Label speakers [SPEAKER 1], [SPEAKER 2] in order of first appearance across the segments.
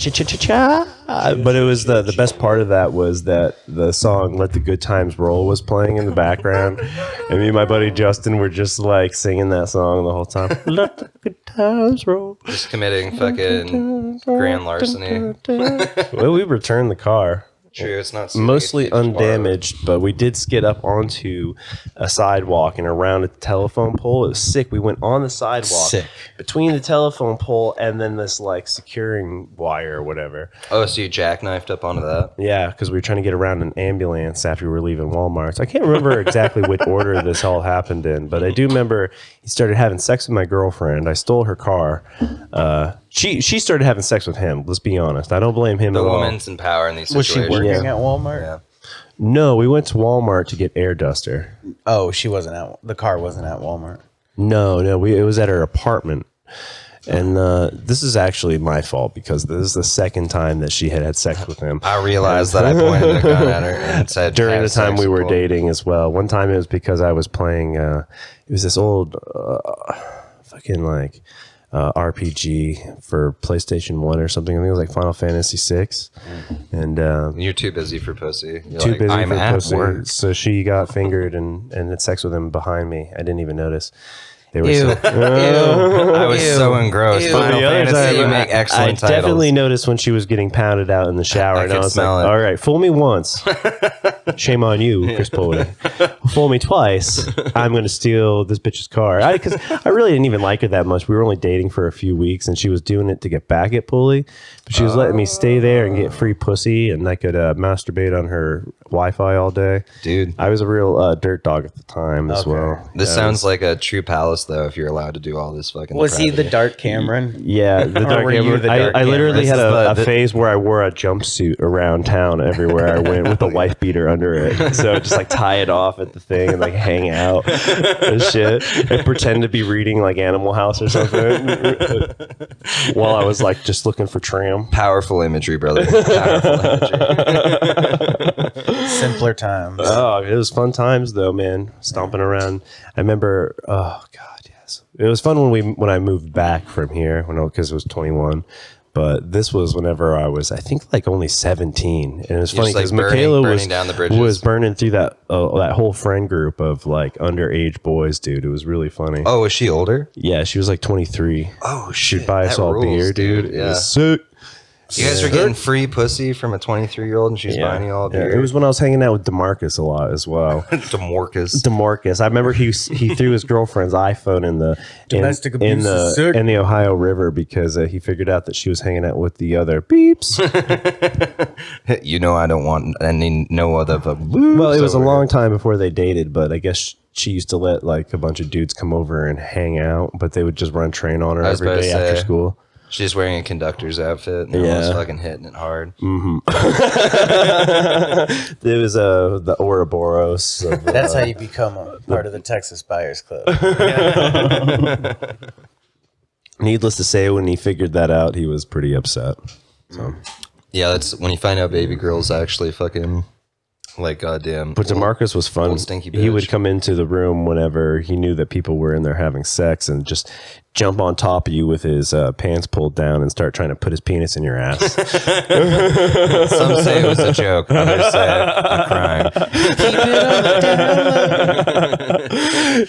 [SPEAKER 1] cha-cha-cha-cha-cha-cha-cha-cha. But it was the the best part of that was that the song "Let the Good Times Roll" was playing in the background, and me and my buddy Justin were just like singing that song the whole time. Let the good times roll.
[SPEAKER 2] Just committing fucking grand larceny.
[SPEAKER 1] Well, we returned the car.
[SPEAKER 2] True, it's not safe.
[SPEAKER 1] mostly
[SPEAKER 2] It's wild.
[SPEAKER 1] undamaged, but we did skid up onto a sidewalk and around a telephone pole. It was sick. We went on the sidewalk
[SPEAKER 3] Sick.
[SPEAKER 1] between the telephone pole and then this like securing wire or whatever.
[SPEAKER 2] Oh, so you jackknifed up onto that?
[SPEAKER 1] Yeah, because we were trying to get around an ambulance after we were leaving Walmart. So I can't remember exactly which order this all happened in, but I do remember he started having sex with my girlfriend. I stole her car. Uh, she she started having sex with him. Let's be honest. I don't blame him
[SPEAKER 2] The
[SPEAKER 1] at all.
[SPEAKER 2] woman's in power in these
[SPEAKER 3] Was she
[SPEAKER 2] situations.
[SPEAKER 3] working
[SPEAKER 1] Yeah.
[SPEAKER 3] at Walmart?
[SPEAKER 2] Yeah.
[SPEAKER 1] No, we went to Walmart to get air duster.
[SPEAKER 3] Oh, she wasn't at the car wasn't at Walmart.
[SPEAKER 1] No, no, we it was at her apartment. And uh, this is actually my fault because this is the second time that she had had sex with him
[SPEAKER 2] I realized that I pointed a gun at her and said,
[SPEAKER 1] during
[SPEAKER 2] "Have
[SPEAKER 1] the time
[SPEAKER 2] sex
[SPEAKER 1] we were
[SPEAKER 2] before."
[SPEAKER 1] dating as well. One time it was because I was playing. Uh, it was this old uh, fucking like uh, RPG for PlayStation One or something. I think it was like Final Fantasy Six, and uh,
[SPEAKER 2] You're too busy for pussy. You're
[SPEAKER 1] too
[SPEAKER 2] Mm. like,
[SPEAKER 1] busy
[SPEAKER 2] I'm
[SPEAKER 1] for
[SPEAKER 2] at
[SPEAKER 1] pussy.
[SPEAKER 2] work.
[SPEAKER 1] So she got fingered and and had sex with him behind me. I didn't even notice. They were
[SPEAKER 3] Ew.
[SPEAKER 1] so-
[SPEAKER 2] I was so engrossed.
[SPEAKER 3] Ew.
[SPEAKER 2] Final
[SPEAKER 1] The other
[SPEAKER 2] Fantasy,
[SPEAKER 1] time,
[SPEAKER 2] you make
[SPEAKER 1] I
[SPEAKER 2] excellent
[SPEAKER 1] definitely
[SPEAKER 2] titles.
[SPEAKER 1] noticed when she was getting pounded out in the shower,
[SPEAKER 2] I
[SPEAKER 1] and I
[SPEAKER 2] could
[SPEAKER 1] was like,
[SPEAKER 2] smell it.
[SPEAKER 1] "All right, fool me once, shame on you, Chris Bowden. fool me twice, I'm going to steal this bitch's car." I because I really didn't even like her that much. We were only dating for a few weeks, and she was doing it to get back at Pulley, but she was letting me stay there and get free pussy, and I could uh, masturbate on her Wi-Fi all day.
[SPEAKER 2] Dude.
[SPEAKER 1] I was a real uh, dirt dog at the time as
[SPEAKER 3] Okay.
[SPEAKER 1] well.
[SPEAKER 2] This sounds like a true palace, though, if you're allowed to do all this fucking
[SPEAKER 3] Was he the
[SPEAKER 2] depravity.
[SPEAKER 3] Dart Cameron?
[SPEAKER 1] Yeah, the dark
[SPEAKER 3] were you
[SPEAKER 1] Amber-
[SPEAKER 3] the
[SPEAKER 1] I,
[SPEAKER 3] dark
[SPEAKER 1] I literally had
[SPEAKER 2] Amber? This
[SPEAKER 1] a,
[SPEAKER 2] is the-
[SPEAKER 1] a
[SPEAKER 2] the-
[SPEAKER 1] phase where I wore a jumpsuit around town everywhere I went with a wife beater under it. So just like tie it off at the thing and like hang out and shit and pretend to be reading like Animal House or something while I was like just looking for tram.
[SPEAKER 2] Powerful imagery, brother. Powerful imagery.
[SPEAKER 3] Simpler times.
[SPEAKER 1] Oh, it was fun times though, man. Stomping around. I remember. Oh God, yes. It was fun when we when I moved back from here when because it was 21. But this was whenever I was, I think, like only 17, and it was funny
[SPEAKER 2] just, like,
[SPEAKER 1] because
[SPEAKER 2] burning-
[SPEAKER 1] Michaela
[SPEAKER 2] burning
[SPEAKER 1] was
[SPEAKER 2] down the bridges.
[SPEAKER 1] was burning through that uh, that whole friend group of like underage boys, dude. It was really funny.
[SPEAKER 2] Oh, is she older?
[SPEAKER 1] Yeah, she was like 23.
[SPEAKER 2] Oh,
[SPEAKER 1] She'd buy us
[SPEAKER 2] that
[SPEAKER 1] all
[SPEAKER 2] rules,
[SPEAKER 1] beer, dude. It
[SPEAKER 2] Yeah.
[SPEAKER 1] was sick.
[SPEAKER 2] You guys were getting free pussy from a 23 year old and she's buying you all
[SPEAKER 1] Yeah,
[SPEAKER 2] beer.
[SPEAKER 1] It was when I was hanging out with Demarcus a lot as well.
[SPEAKER 2] Demorcus.
[SPEAKER 1] Demarcus. I remember he he threw his girlfriend's iPhone in the in,
[SPEAKER 3] Domestic abuse
[SPEAKER 1] in
[SPEAKER 3] is
[SPEAKER 1] the
[SPEAKER 3] sick.
[SPEAKER 1] in the Ohio River because uh, he figured out that she was hanging out with the other beeps.
[SPEAKER 2] you know, I don't want any, no other. But
[SPEAKER 1] well, it was a long time before they dated, but I guess she used to let like a bunch of dudes come over and hang out, but they would just run train on her
[SPEAKER 2] was
[SPEAKER 1] every
[SPEAKER 2] about to
[SPEAKER 1] day after
[SPEAKER 2] say.
[SPEAKER 1] school.
[SPEAKER 2] She's wearing a conductor's outfit and
[SPEAKER 1] Yeah. Mm.
[SPEAKER 2] yeah. was fucking hitting it hard.
[SPEAKER 1] It was uh, the Ouroboros. Of, uh,
[SPEAKER 3] That's how you become a part of the Texas Buyers Club.
[SPEAKER 1] needless to say, when he figured that out, he was pretty upset. So,
[SPEAKER 2] Yeah, that's when you find out baby girls actually fucking like goddamn.
[SPEAKER 1] but Demarcus was fun.
[SPEAKER 2] old stinky
[SPEAKER 1] He would
[SPEAKER 2] bitch.
[SPEAKER 1] come into the room whenever he knew that people were in there having sex and just jump on top of you with his uh, pants pulled down and start trying to put his penis in your ass.
[SPEAKER 2] Some say it was a joke. Others say a crime.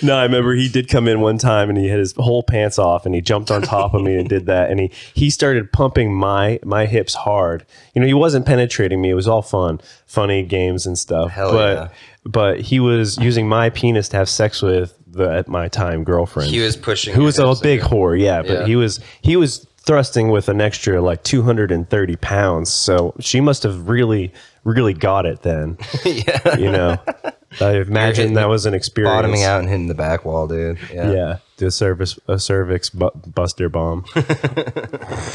[SPEAKER 1] no, I remember he did come in one time and he had his whole pants off and he jumped on top of me and did that and he he started pumping my my hips hard. You know, he wasn't penetrating me. It was all fun, funny games and stuff.
[SPEAKER 2] Hell
[SPEAKER 1] but
[SPEAKER 2] yeah.
[SPEAKER 1] but he was using my penis to have sex with the at my time girlfriend.
[SPEAKER 2] He was pushing.
[SPEAKER 1] who was
[SPEAKER 2] your
[SPEAKER 1] a
[SPEAKER 2] hips
[SPEAKER 1] big
[SPEAKER 2] in.
[SPEAKER 1] whore yeah but
[SPEAKER 2] Yeah.
[SPEAKER 1] he was he was thrusting with an extra like 230 pounds so she must have really really got it then
[SPEAKER 2] yeah.
[SPEAKER 1] you know i imagine that was an experience
[SPEAKER 2] Bottoming out and hitting the back wall, dude. Yeah.
[SPEAKER 1] yeah the service a cervix bu- buster bomb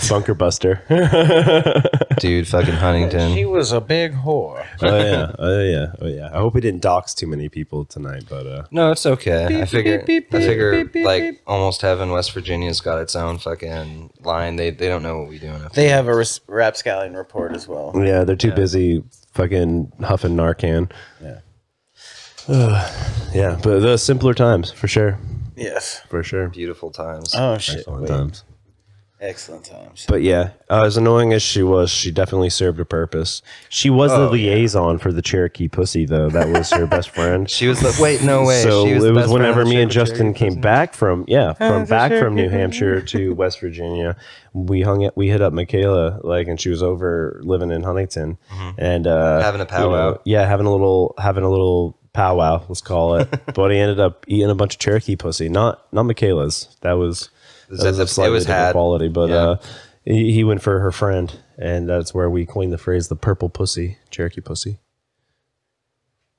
[SPEAKER 1] bunker buster oh
[SPEAKER 2] Dude, fucking
[SPEAKER 3] She
[SPEAKER 2] Huntington.
[SPEAKER 3] was a big whore.
[SPEAKER 1] yeah oh yeah oh yeah i hope we didn't dox too many people tonight but uh
[SPEAKER 2] No, it's okay. I figure,
[SPEAKER 3] beep,
[SPEAKER 2] I
[SPEAKER 3] beep,
[SPEAKER 2] figure,
[SPEAKER 3] beep, beep,
[SPEAKER 2] like
[SPEAKER 3] beep.
[SPEAKER 2] almost heaven. West Virginia's got its own fucking line. They they don't know what we doing. Up
[SPEAKER 3] They have a res- rapscallion report as well.
[SPEAKER 1] yeah they're too busy fucking huffing narcan
[SPEAKER 3] Yeah.
[SPEAKER 1] yeah but the simpler times for sure
[SPEAKER 3] Yes.
[SPEAKER 1] for sure
[SPEAKER 2] beautiful times.
[SPEAKER 3] Oh shit.
[SPEAKER 1] Fun
[SPEAKER 3] Wait.
[SPEAKER 1] times
[SPEAKER 3] Uh, Excellent times.
[SPEAKER 1] But yeah, uh, as annoying as she was, she definitely served a purpose. She was
[SPEAKER 2] Oh,
[SPEAKER 1] the liaison for the Cherokee pussy, though. That was her best friend.
[SPEAKER 2] She was the wait, no way.
[SPEAKER 1] So
[SPEAKER 2] she
[SPEAKER 1] it
[SPEAKER 2] the
[SPEAKER 1] was
[SPEAKER 2] best friend
[SPEAKER 1] whenever
[SPEAKER 2] of the
[SPEAKER 1] me and
[SPEAKER 2] Cherokee
[SPEAKER 1] Justin
[SPEAKER 2] Cherokee
[SPEAKER 1] came
[SPEAKER 2] Cousin.
[SPEAKER 1] back from yeah from
[SPEAKER 3] the
[SPEAKER 1] back from New
[SPEAKER 3] Cherokee
[SPEAKER 1] Hampshire to West Virginia. We hung it. We hit up Michaela like, and she was over living in Huntington and uh,
[SPEAKER 2] Mm-hmm. Having a
[SPEAKER 1] you know,
[SPEAKER 2] powwow.
[SPEAKER 1] yeah, having a little having a little powwow. Let's call it. but he ended up eating a bunch of Cherokee pussy. Not not Michaela's. That was
[SPEAKER 2] Is
[SPEAKER 1] that was
[SPEAKER 2] that the-
[SPEAKER 1] a
[SPEAKER 2] it
[SPEAKER 1] slightly
[SPEAKER 2] was
[SPEAKER 1] different
[SPEAKER 2] had.
[SPEAKER 1] quality. But
[SPEAKER 2] Yeah.
[SPEAKER 1] uh, he, he went for her friend, and that's where we coined the phrase the purple pussy, Cherokee pussy.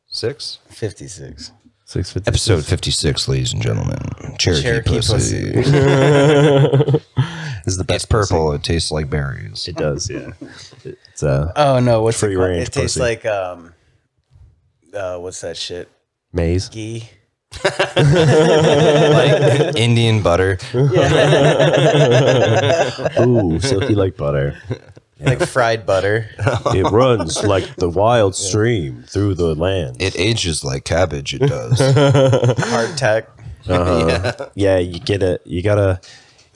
[SPEAKER 2] Six.
[SPEAKER 3] 56.
[SPEAKER 1] Six fifty.
[SPEAKER 2] Episode fifty six, ladies and gentlemen. Cherokee,
[SPEAKER 3] Cherokee
[SPEAKER 2] pussy.
[SPEAKER 1] is the
[SPEAKER 2] It's purple. It tastes like berries.
[SPEAKER 1] It does, yeah. It's uh,
[SPEAKER 3] Oh, no. What's
[SPEAKER 1] Free
[SPEAKER 3] it called?
[SPEAKER 1] range
[SPEAKER 3] It tastes
[SPEAKER 1] pussy.
[SPEAKER 3] like, um, uh, what's that shit?
[SPEAKER 1] maize.
[SPEAKER 3] Ghee?
[SPEAKER 2] like Indian butter.
[SPEAKER 1] Ooh, silky like butter.
[SPEAKER 3] Like fried butter.
[SPEAKER 1] It runs like the wild stream through the land.
[SPEAKER 2] It ages like cabbage. It does.
[SPEAKER 3] hardtack.
[SPEAKER 1] yeah, you get it. You gotta.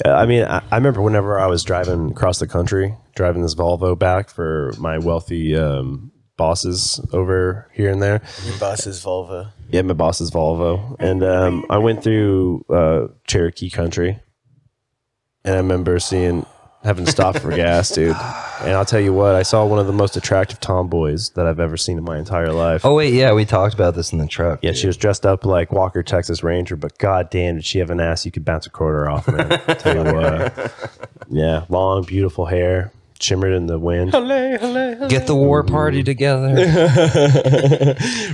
[SPEAKER 1] uh, I mean, I, I remember whenever I was driving across the country, driving this Volvo back for my wealthy um, bosses over here and there.
[SPEAKER 3] Your boss's vulva.
[SPEAKER 1] Yeah, my boss's Volvo, and um, I went through uh, Cherokee country, and I remember seeing having to stop for gas, dude. And I'll tell you what, I saw one of the most attractive tomboys that I've ever seen in my entire life.
[SPEAKER 2] oh wait, yeah, we talked about this in the truck.
[SPEAKER 1] Yeah, she was dressed up like Walker Texas Ranger, but goddamn, did she have an ass you could bounce a quarter off? Man. Tell you what, yeah, long, beautiful hair, shimmered in the wind.
[SPEAKER 2] Get the war party together.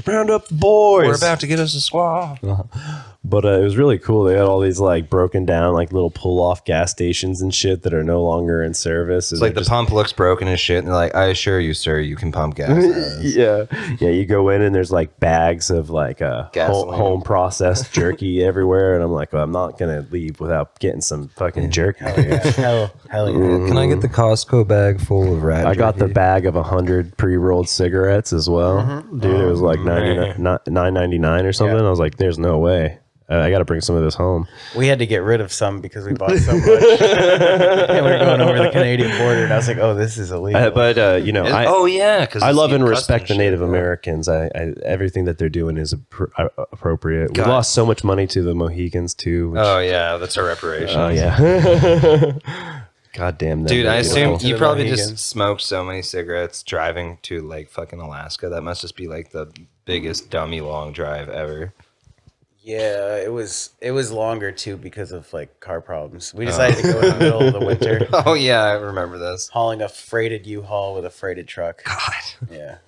[SPEAKER 1] Round up the boys.
[SPEAKER 2] We're about to get us a squaw.
[SPEAKER 1] But uh, it was really cool. They had all these like broken down, like little pull off gas stations and shit that are no longer in service.
[SPEAKER 2] It's like the pump looks broken as shit, and they're like, "I assure you, sir, you can pump gas." Uh,
[SPEAKER 1] yeah, yeah. You go in and there's like bags of like uh, home,
[SPEAKER 2] Gasoline.
[SPEAKER 1] home processed jerky everywhere, and I'm like, well, I'm not gonna leave without getting some fucking jerky.
[SPEAKER 2] Oh.
[SPEAKER 3] Hell, hell yeah.
[SPEAKER 2] Can I get the Costco bag full of rat?
[SPEAKER 1] I got the bag of 100 pre-rolled cigarettes as well.
[SPEAKER 2] Mm-hmm.
[SPEAKER 1] Dude, it was like 99 ni- 9.99 or something. I was like, there's no way. Uh, I got to bring some of this home.
[SPEAKER 3] We had to get rid of some because we bought so much. and we were going over the Canadian border, and I was like, "Oh, this is illegal."
[SPEAKER 1] Uh, but uh, you know, I,
[SPEAKER 2] oh yeah, because
[SPEAKER 1] I love and respect the Native Americans. I, I everything that they're doing is appro- uh, appropriate.
[SPEAKER 2] God.
[SPEAKER 1] We lost so much money to the Mohicans too. Which,
[SPEAKER 2] Oh yeah, that's a reparation.
[SPEAKER 1] oh yeah. God damn that.
[SPEAKER 2] Dude, I assume
[SPEAKER 3] Welcome to
[SPEAKER 2] you
[SPEAKER 3] the
[SPEAKER 2] probably
[SPEAKER 3] Mohegans.
[SPEAKER 2] just smoked so many cigarettes driving to like fucking Alaska. That must just be like the biggest dummy long drive ever.
[SPEAKER 3] yeah, it was it was longer too because of like car problems. We decided to go in the middle of the winter,
[SPEAKER 2] Oh yeah, I remember this.
[SPEAKER 3] hauling a freighted U-Haul with a freighted truck.
[SPEAKER 2] God.
[SPEAKER 3] Yeah,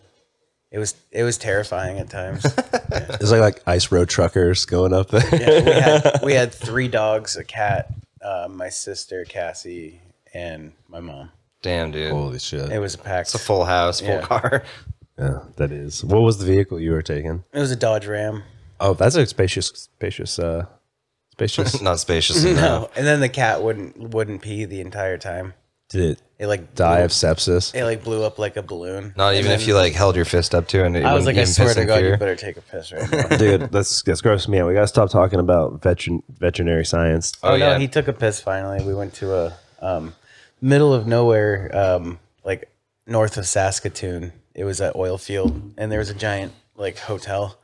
[SPEAKER 3] it was it was terrifying at times.
[SPEAKER 1] It's like like ice road truckers going up there.
[SPEAKER 3] Yeah, we had we had three dogs, a cat, uh, my sister Cassie, and my mom.
[SPEAKER 2] Damn, dude.
[SPEAKER 1] Holy shit!
[SPEAKER 3] It was a pack.
[SPEAKER 2] It's a full house, full
[SPEAKER 3] Yeah.
[SPEAKER 2] car.
[SPEAKER 1] Yeah, that is. What was the vehicle you were taking?
[SPEAKER 3] It was a Dodge Ram.
[SPEAKER 1] Oh, that's a spacious, spacious, uh, spacious.
[SPEAKER 2] Not spacious enough.
[SPEAKER 3] No, and then the cat wouldn't wouldn't pee the entire time.
[SPEAKER 1] Did it
[SPEAKER 3] It like
[SPEAKER 1] die
[SPEAKER 3] blew-
[SPEAKER 1] of sepsis?
[SPEAKER 3] It like blew up like a balloon.
[SPEAKER 2] Not
[SPEAKER 3] And
[SPEAKER 2] even
[SPEAKER 3] then
[SPEAKER 2] if you like held your fist up to it. And it
[SPEAKER 3] I was like,
[SPEAKER 2] wouldn't
[SPEAKER 3] I
[SPEAKER 2] even
[SPEAKER 3] swear
[SPEAKER 2] piss
[SPEAKER 3] to
[SPEAKER 2] in
[SPEAKER 3] God,
[SPEAKER 2] fear. Oh,
[SPEAKER 3] you better take a piss right now.
[SPEAKER 1] Dude, that's that's gross me out. We gotta stop talking about veterin veterinary science.
[SPEAKER 2] Oh,
[SPEAKER 3] oh no,
[SPEAKER 2] yeah.
[SPEAKER 3] he took a piss finally. We went to a um, middle of nowhere, um, like north of Saskatoon. It was an oil field, and there was a giant like hotel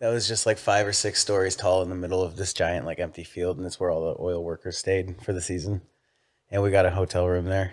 [SPEAKER 3] that was just like five or six stories tall in the middle of this giant like empty field, and it's where all the oil workers stayed for the season. And we got a hotel room there.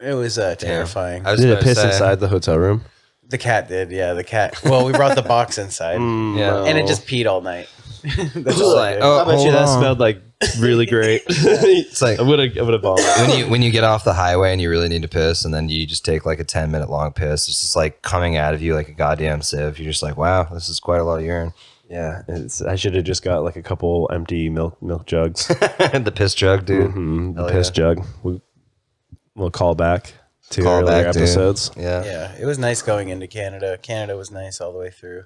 [SPEAKER 3] It was uh, terrifying.
[SPEAKER 2] I was
[SPEAKER 1] Did it
[SPEAKER 2] about to
[SPEAKER 1] piss
[SPEAKER 2] say,
[SPEAKER 1] inside the hotel room?
[SPEAKER 3] The cat did, yeah. The cat. Well, we brought the box inside,
[SPEAKER 1] Mm.
[SPEAKER 2] Yeah.
[SPEAKER 3] and it
[SPEAKER 1] Oh.
[SPEAKER 3] just peed all night.
[SPEAKER 2] It's like, oh, hold on.
[SPEAKER 1] like really great.
[SPEAKER 2] It's like
[SPEAKER 1] would have, I would have vomited.
[SPEAKER 2] when you when you get off the highway and you really need to piss, and then you just take like a ten minute long piss. It's just like coming out of you like a goddamn sieve. You're just like, wow, this is quite a lot of urine.
[SPEAKER 1] Yeah, it's, I should have just got like a couple empty milk milk jugs,
[SPEAKER 2] the piss jug, dude.
[SPEAKER 1] Mm, the
[SPEAKER 2] Hell
[SPEAKER 1] piss
[SPEAKER 2] yeah.
[SPEAKER 1] jug. We, we'll call back to
[SPEAKER 2] Call
[SPEAKER 1] earlier
[SPEAKER 2] back, dude.
[SPEAKER 1] episodes.
[SPEAKER 2] Yeah.
[SPEAKER 3] Yeah, it was nice going into Canada. Canada was nice all the way through.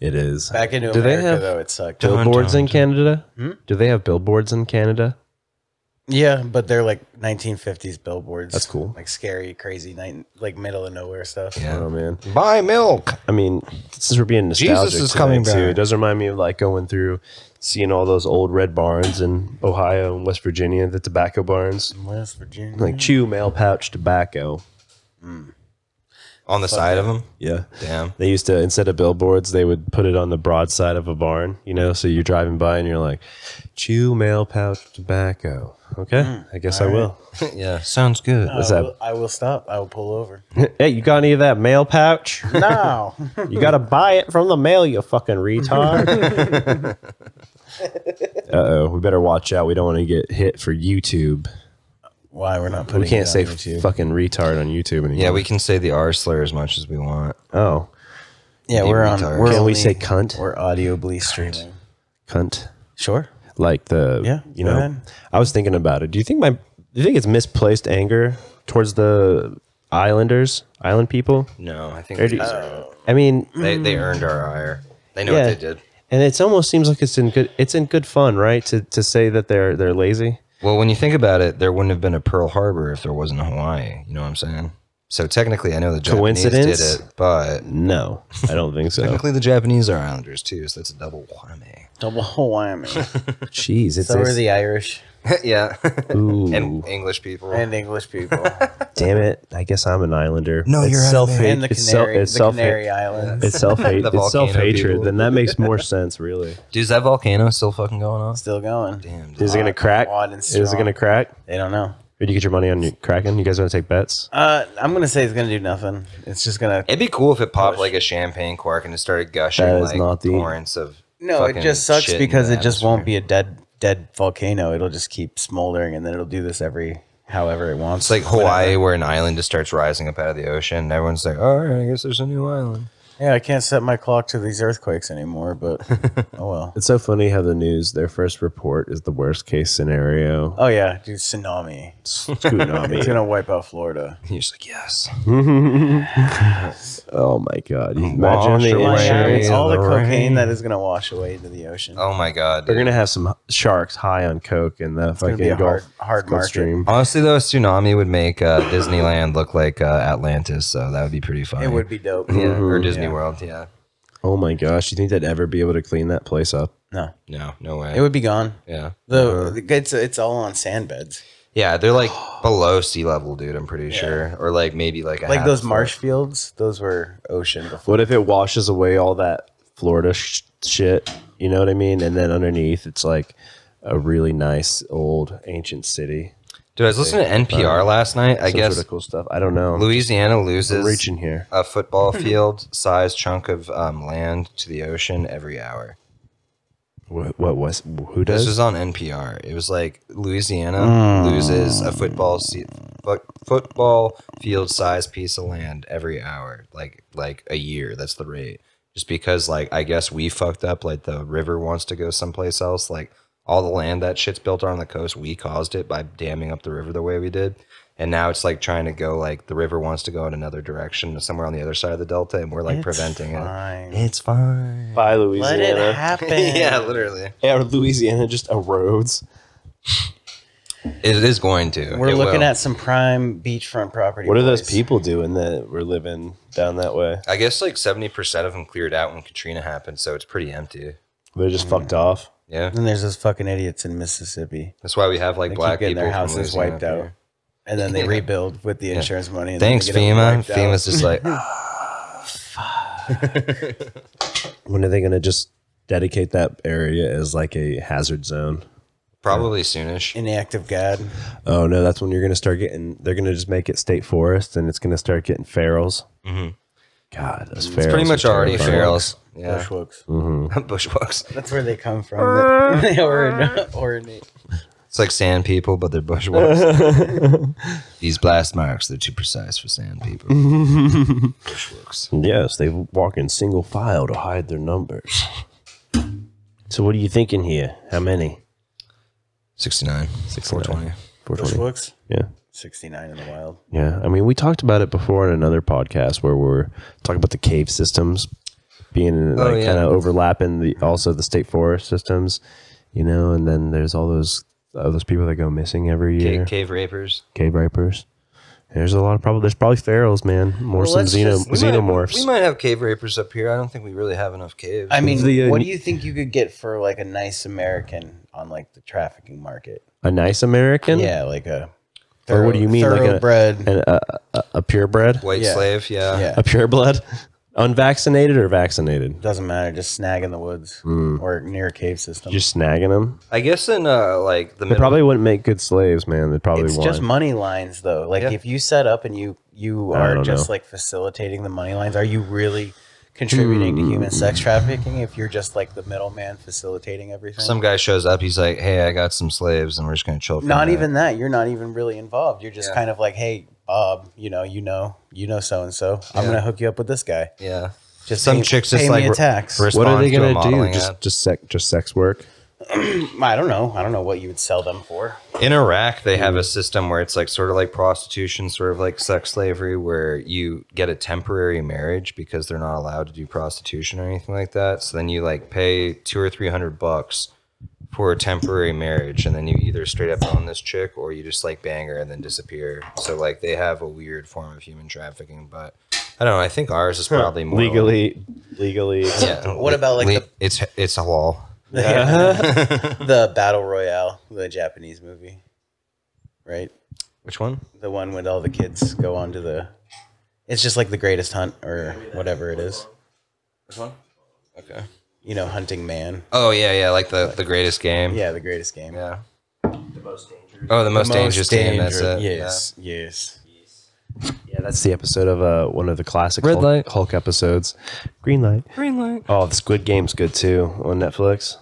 [SPEAKER 1] It is.
[SPEAKER 3] Back into
[SPEAKER 1] Do they
[SPEAKER 3] America
[SPEAKER 1] have-
[SPEAKER 3] though, it sucked.
[SPEAKER 2] Dun,
[SPEAKER 1] Billboards
[SPEAKER 2] dun,
[SPEAKER 1] in Canada? Do they have billboards in Canada?
[SPEAKER 3] Yeah, but they're like 1950s billboards.
[SPEAKER 1] That's cool.
[SPEAKER 3] Like scary, crazy night, like middle of nowhere stuff.
[SPEAKER 2] Yeah.
[SPEAKER 1] Oh man.
[SPEAKER 2] Buy milk.
[SPEAKER 1] I mean, since we're being nostalgic
[SPEAKER 2] Jesus is
[SPEAKER 1] tonight,
[SPEAKER 2] coming
[SPEAKER 1] too,
[SPEAKER 2] back.
[SPEAKER 1] it does remind me of like going through, seeing all those old red barns in Ohio and West Virginia, the tobacco barns,
[SPEAKER 3] West Virginia.
[SPEAKER 1] like chew mail pouch tobacco.
[SPEAKER 2] On the side of them.
[SPEAKER 1] Yeah.
[SPEAKER 2] Damn.
[SPEAKER 1] They used to instead of billboards, they would put it on the broadside of a barn. You know, so you're driving by and you're like, chew mail pouch tobacco. Okay, I guess I will.
[SPEAKER 2] yeah. Oh. Sounds good.
[SPEAKER 3] I
[SPEAKER 1] What's that?
[SPEAKER 3] will, I will stop. I will pull over.
[SPEAKER 1] hey, you got any of that mail pouch?
[SPEAKER 3] no.
[SPEAKER 1] You gotta buy it from the mail, you fucking retard. uh oh, we better watch out. We don't want to get hit for YouTube.
[SPEAKER 3] Why we're not putting?
[SPEAKER 1] We can't
[SPEAKER 3] it
[SPEAKER 1] say
[SPEAKER 3] on YouTube.
[SPEAKER 1] fucking retard on YouTube anymore.
[SPEAKER 2] Yeah, we can say the R slur as much as we want.
[SPEAKER 1] Oh,
[SPEAKER 3] yeah, we're on.
[SPEAKER 2] retard.
[SPEAKER 3] We're
[SPEAKER 1] Can we
[SPEAKER 3] only-
[SPEAKER 1] say cunt?
[SPEAKER 3] We're audibly streaming.
[SPEAKER 1] cunt.
[SPEAKER 3] Sure.
[SPEAKER 1] Like the
[SPEAKER 3] Yeah,
[SPEAKER 1] you
[SPEAKER 3] go
[SPEAKER 1] know.
[SPEAKER 3] ahead.
[SPEAKER 1] I was thinking about it. Do you think my? Do you think it's misplaced anger towards the Islanders, Island people?
[SPEAKER 2] No, I think
[SPEAKER 1] Or
[SPEAKER 2] they,
[SPEAKER 1] do you-
[SPEAKER 2] deserve it.
[SPEAKER 1] I mean,
[SPEAKER 2] they, they earned our ire. They know
[SPEAKER 1] yeah.
[SPEAKER 2] what they did.
[SPEAKER 1] And it almost seems like it's in good. It's in good fun, right? To to say that they're they're lazy.
[SPEAKER 2] Well, when you think about it, there wouldn't have been a Pearl Harbor if there wasn't a Hawaii. You know what I'm saying? So technically, I know the Japanese did
[SPEAKER 1] Coincidence?
[SPEAKER 2] it, but
[SPEAKER 1] No, I don't think so.
[SPEAKER 2] technically the Japanese are islanders too, so that's a double whammy.
[SPEAKER 3] Double whammy.
[SPEAKER 1] Jeez, it's
[SPEAKER 3] so are
[SPEAKER 1] it's-
[SPEAKER 3] the Irish
[SPEAKER 2] yeah,
[SPEAKER 1] Ooh,
[SPEAKER 2] and English people.
[SPEAKER 3] and English people,
[SPEAKER 1] damn it! I guess I'm an Islander.
[SPEAKER 2] No,
[SPEAKER 1] it's
[SPEAKER 2] you're an
[SPEAKER 1] self hate.
[SPEAKER 3] and the
[SPEAKER 1] It's, self.
[SPEAKER 3] Canary,
[SPEAKER 1] it's
[SPEAKER 3] the
[SPEAKER 1] self
[SPEAKER 3] Canary
[SPEAKER 1] hate.
[SPEAKER 3] Islands.
[SPEAKER 1] It's self hate.
[SPEAKER 2] The
[SPEAKER 1] It's
[SPEAKER 2] volcano
[SPEAKER 1] self hatred.
[SPEAKER 2] people.
[SPEAKER 1] Then that makes more sense, really.
[SPEAKER 2] Dude, is that volcano still fucking going on?
[SPEAKER 3] Still going.
[SPEAKER 2] Damn, dude.
[SPEAKER 1] Is it gonna crack?
[SPEAKER 3] Odd and
[SPEAKER 1] Is it
[SPEAKER 3] strong.
[SPEAKER 1] gonna crack?
[SPEAKER 3] They don't know.
[SPEAKER 1] Or do you get your money on your Kraken? You guys want to take bets?
[SPEAKER 3] Uh, I'm gonna say it's gonna do nothing. It's just gonna
[SPEAKER 2] it'd be cool if it popped like a champagne cork and it started gushing
[SPEAKER 1] That is
[SPEAKER 2] like
[SPEAKER 1] not the-
[SPEAKER 2] torrents of.
[SPEAKER 3] No, it
[SPEAKER 2] fucking
[SPEAKER 3] just sucks
[SPEAKER 2] shit into
[SPEAKER 3] because
[SPEAKER 2] the
[SPEAKER 3] it just won't
[SPEAKER 2] atmosphere.
[SPEAKER 3] be a dead dead volcano. It'll just keep smoldering, and then it'll do this every however it wants.
[SPEAKER 2] It's like Hawaii, where an island just starts rising up out of the ocean, and everyone's like, "All right, I guess there's a new island."
[SPEAKER 3] yeah, I can't set my clock to these earthquakes anymore. But oh well.
[SPEAKER 1] It's so funny how the news. Their first report is the worst case scenario.
[SPEAKER 3] Oh yeah, dude, tsunami. It's
[SPEAKER 1] Tsunami.
[SPEAKER 3] gonna wipe out Florida.
[SPEAKER 2] And you're just like, "Yes."
[SPEAKER 1] oh my god! You
[SPEAKER 2] Wash
[SPEAKER 1] Imagine the
[SPEAKER 2] away.
[SPEAKER 1] insurance.
[SPEAKER 2] Yeah,
[SPEAKER 3] all the,
[SPEAKER 2] the
[SPEAKER 3] cocaine
[SPEAKER 2] rain.
[SPEAKER 3] that is gonna wash away into the ocean.
[SPEAKER 2] Oh my god.
[SPEAKER 1] They're
[SPEAKER 2] dude.
[SPEAKER 1] gonna have some sharks high on coke in
[SPEAKER 3] gonna
[SPEAKER 1] the
[SPEAKER 3] be
[SPEAKER 1] fucking
[SPEAKER 3] a hard-
[SPEAKER 1] Gulf
[SPEAKER 3] hard
[SPEAKER 1] Gulf
[SPEAKER 3] market.
[SPEAKER 1] Stream.
[SPEAKER 2] Honestly, though, a tsunami would make uh, Disneyland look like uh, Atlantis, so that would be pretty funny.
[SPEAKER 3] It would be dope.
[SPEAKER 2] yeah, or Disney
[SPEAKER 3] Yeah.
[SPEAKER 2] World. Yeah,
[SPEAKER 1] Oh my gosh! You think they'd ever be able to clean that place up?
[SPEAKER 3] No,
[SPEAKER 2] no, no way.
[SPEAKER 3] it would be gone.
[SPEAKER 2] yeah, Uh-huh.
[SPEAKER 3] The it's it's all on sand beds,
[SPEAKER 2] yeah, they're like below sea level, dude. I'm pretty sure, or like maybe like a
[SPEAKER 3] like
[SPEAKER 2] half
[SPEAKER 3] those
[SPEAKER 2] foot.
[SPEAKER 3] marsh fields. Those were ocean before.
[SPEAKER 1] What if it washes away all that Florida sh- shit? You know what I mean? And then underneath, it's like a really nice old ancient city.
[SPEAKER 2] Dude, I was listening to
[SPEAKER 3] Uh,
[SPEAKER 2] NPR last night. I
[SPEAKER 1] Some
[SPEAKER 2] guess
[SPEAKER 1] sort of cool stuff. I don't know.
[SPEAKER 2] Louisiana
[SPEAKER 1] I'm
[SPEAKER 2] loses
[SPEAKER 1] reaching here.
[SPEAKER 2] a football field sized chunk of um, land to the ocean every hour.
[SPEAKER 1] What, what was? Who
[SPEAKER 2] This
[SPEAKER 1] does?
[SPEAKER 2] was on NPR. It was like Louisiana loses a football se- fu- football field size piece of land every hour, like like a year. That's the rate. Just because, like, I guess we fucked up. Like the river wants to go someplace else. Like all the land that shit's built on the coast, we caused it by damming up the river the way we did. And now it's like trying to go like the river wants to go in another direction, somewhere on the other side of the delta, and we're like preventing
[SPEAKER 3] fine.
[SPEAKER 2] it. It's fine.
[SPEAKER 1] By
[SPEAKER 3] Let it
[SPEAKER 1] Louisiana.
[SPEAKER 3] happen.
[SPEAKER 2] yeah, literally.
[SPEAKER 1] Yeah, Louisiana just erodes.
[SPEAKER 2] It is going to.
[SPEAKER 3] We're
[SPEAKER 2] It
[SPEAKER 3] looking
[SPEAKER 2] will.
[SPEAKER 3] at some prime beachfront property.
[SPEAKER 1] What are those
[SPEAKER 3] boys.
[SPEAKER 1] people doing that were living down that way?
[SPEAKER 2] I guess like seventy percent of them cleared out when Katrina happened, so it's pretty empty.
[SPEAKER 1] They're
[SPEAKER 2] Mm.
[SPEAKER 1] just fucked off.
[SPEAKER 2] Yeah,
[SPEAKER 3] And there's those fucking idiots in Mississippi.
[SPEAKER 2] that's why we have like
[SPEAKER 3] They
[SPEAKER 2] black
[SPEAKER 3] keep getting
[SPEAKER 2] people
[SPEAKER 3] their
[SPEAKER 2] from
[SPEAKER 3] houses
[SPEAKER 2] Louisiana
[SPEAKER 3] wiped
[SPEAKER 2] up
[SPEAKER 3] out,
[SPEAKER 2] here.
[SPEAKER 3] and then they rebuild with the insurance money. And then
[SPEAKER 2] Thanks,
[SPEAKER 3] they get them
[SPEAKER 2] FEMA.
[SPEAKER 3] wiped out.
[SPEAKER 2] FEMA's just like, "Ah,
[SPEAKER 1] When are they going to just dedicate that area as like a hazard zone?
[SPEAKER 2] probably soonish.
[SPEAKER 3] inactive god.
[SPEAKER 1] Oh no, that's when you're going to start getting. They're going to just make it state forest, and it's going to start getting ferals. Mm-hmm. God, those ferals.
[SPEAKER 2] It's pretty much already ferals. Yeah, Mm.
[SPEAKER 3] Bushwooks.
[SPEAKER 2] bushwalks.
[SPEAKER 3] That's where they come from. they orna- ornate.
[SPEAKER 2] It's like sand people, but they're bushwalks. These blast marks—they're too precise for sand people. bushwalks.
[SPEAKER 1] Yes, they walk in single file to hide their numbers. So what are you thinking here? How many?
[SPEAKER 2] Sixty-nine. 420.
[SPEAKER 1] 420.
[SPEAKER 3] Bushwooks.
[SPEAKER 1] Yeah.
[SPEAKER 3] 69 in the wild.
[SPEAKER 1] Yeah. I mean, we talked about it before in another podcast where we were talking about the cave systems being like
[SPEAKER 2] Oh, yeah.
[SPEAKER 1] kind of overlapping the also the state forest systems, you know, and then there's all those uh, those people that go missing every
[SPEAKER 2] Ca-
[SPEAKER 1] year,
[SPEAKER 2] Cave rapers.
[SPEAKER 1] cave rapers. There's a lot of probably there's probably ferals, man, more
[SPEAKER 3] Well,
[SPEAKER 1] than
[SPEAKER 3] let's
[SPEAKER 1] xeno,
[SPEAKER 3] just-
[SPEAKER 2] We might-
[SPEAKER 1] xenomorphs.
[SPEAKER 2] we might have cave rapers up here. I don't think we really have enough caves.
[SPEAKER 3] I mean,
[SPEAKER 1] The, uh,
[SPEAKER 3] what do you think you could get for like a nice American on like the trafficking market?
[SPEAKER 1] a nice American,
[SPEAKER 3] Yeah, like a.
[SPEAKER 1] Or what do you mean, like a-
[SPEAKER 3] Thoroughbred.
[SPEAKER 1] and a, a, a purebred,
[SPEAKER 2] White
[SPEAKER 3] yeah.
[SPEAKER 2] slave, yeah.
[SPEAKER 3] yeah,
[SPEAKER 1] a pureblood, unvaccinated or vaccinated.
[SPEAKER 3] doesn't matter. Just snag in the woods
[SPEAKER 1] Hmm.
[SPEAKER 3] or near a cave system.
[SPEAKER 1] You're snagging them.
[SPEAKER 2] I guess in uh, like the
[SPEAKER 1] They
[SPEAKER 2] middle,
[SPEAKER 1] probably wouldn't make good slaves, man. They'd probably
[SPEAKER 3] it's
[SPEAKER 1] whine.
[SPEAKER 3] just money lines though. Like
[SPEAKER 2] Yeah.
[SPEAKER 3] if you set up and you you
[SPEAKER 1] I
[SPEAKER 3] are
[SPEAKER 1] don't
[SPEAKER 3] just
[SPEAKER 1] know.
[SPEAKER 3] like facilitating the money lines, are you really contributing to human
[SPEAKER 1] Hmm.
[SPEAKER 3] sex trafficking if you're just like the middleman facilitating everything?
[SPEAKER 2] some guy shows up. He's like, "Hey, I got some slaves, and we're just gonna chill." For a
[SPEAKER 3] not
[SPEAKER 2] night."
[SPEAKER 3] even that. You're not even really involved. You're just
[SPEAKER 2] Yeah.
[SPEAKER 3] kind of like, hey, Bob, you know, you know, you know, so and so. I'm
[SPEAKER 2] Yeah.
[SPEAKER 3] gonna hook you up with this guy.
[SPEAKER 2] Yeah,
[SPEAKER 3] Just
[SPEAKER 2] Some
[SPEAKER 3] pay-
[SPEAKER 2] chicks just
[SPEAKER 3] pay
[SPEAKER 2] like
[SPEAKER 3] me a
[SPEAKER 2] re-
[SPEAKER 3] tax.
[SPEAKER 2] re-
[SPEAKER 1] what are they
[SPEAKER 2] responds to a
[SPEAKER 1] gonna do?
[SPEAKER 2] modeling
[SPEAKER 1] Just
[SPEAKER 2] ad.
[SPEAKER 1] just sex just sex work.
[SPEAKER 3] I don't know. I don't know what you would sell them for.
[SPEAKER 2] in Iraq, they have a system where it's like sort of like prostitution, sort of like sex slavery, where you get a temporary marriage because they're not allowed to do prostitution or anything like that. So then you like pay two or three hundred bucks for a temporary marriage, and then you either straight up own this chick or you just like bang her and then disappear. So like they have a weird form of human trafficking, but I don't know. I think ours is probably more
[SPEAKER 1] legally, legally.
[SPEAKER 2] Yeah.
[SPEAKER 3] What about, like, the-
[SPEAKER 2] it's it's halal?
[SPEAKER 3] the battle royale, the Japanese movie, right?
[SPEAKER 2] Which one?
[SPEAKER 3] The one with all the kids go on to the. It's just like the greatest hunt or whatever it is.
[SPEAKER 2] Okay.
[SPEAKER 3] You know, hunting man.
[SPEAKER 2] Oh yeah, yeah, like the the greatest game.
[SPEAKER 3] Yeah, the greatest game.
[SPEAKER 2] Yeah. Oh, the most, dangerous game. That's it.
[SPEAKER 3] Yes, yes.
[SPEAKER 1] Yeah, that's the episode of uh, one of the classic
[SPEAKER 2] Red
[SPEAKER 1] Hulk,
[SPEAKER 2] light.
[SPEAKER 1] Hulk episodes. Green light.
[SPEAKER 2] Yeah. Green light.
[SPEAKER 1] Oh, the Squid Game's good too on Netflix.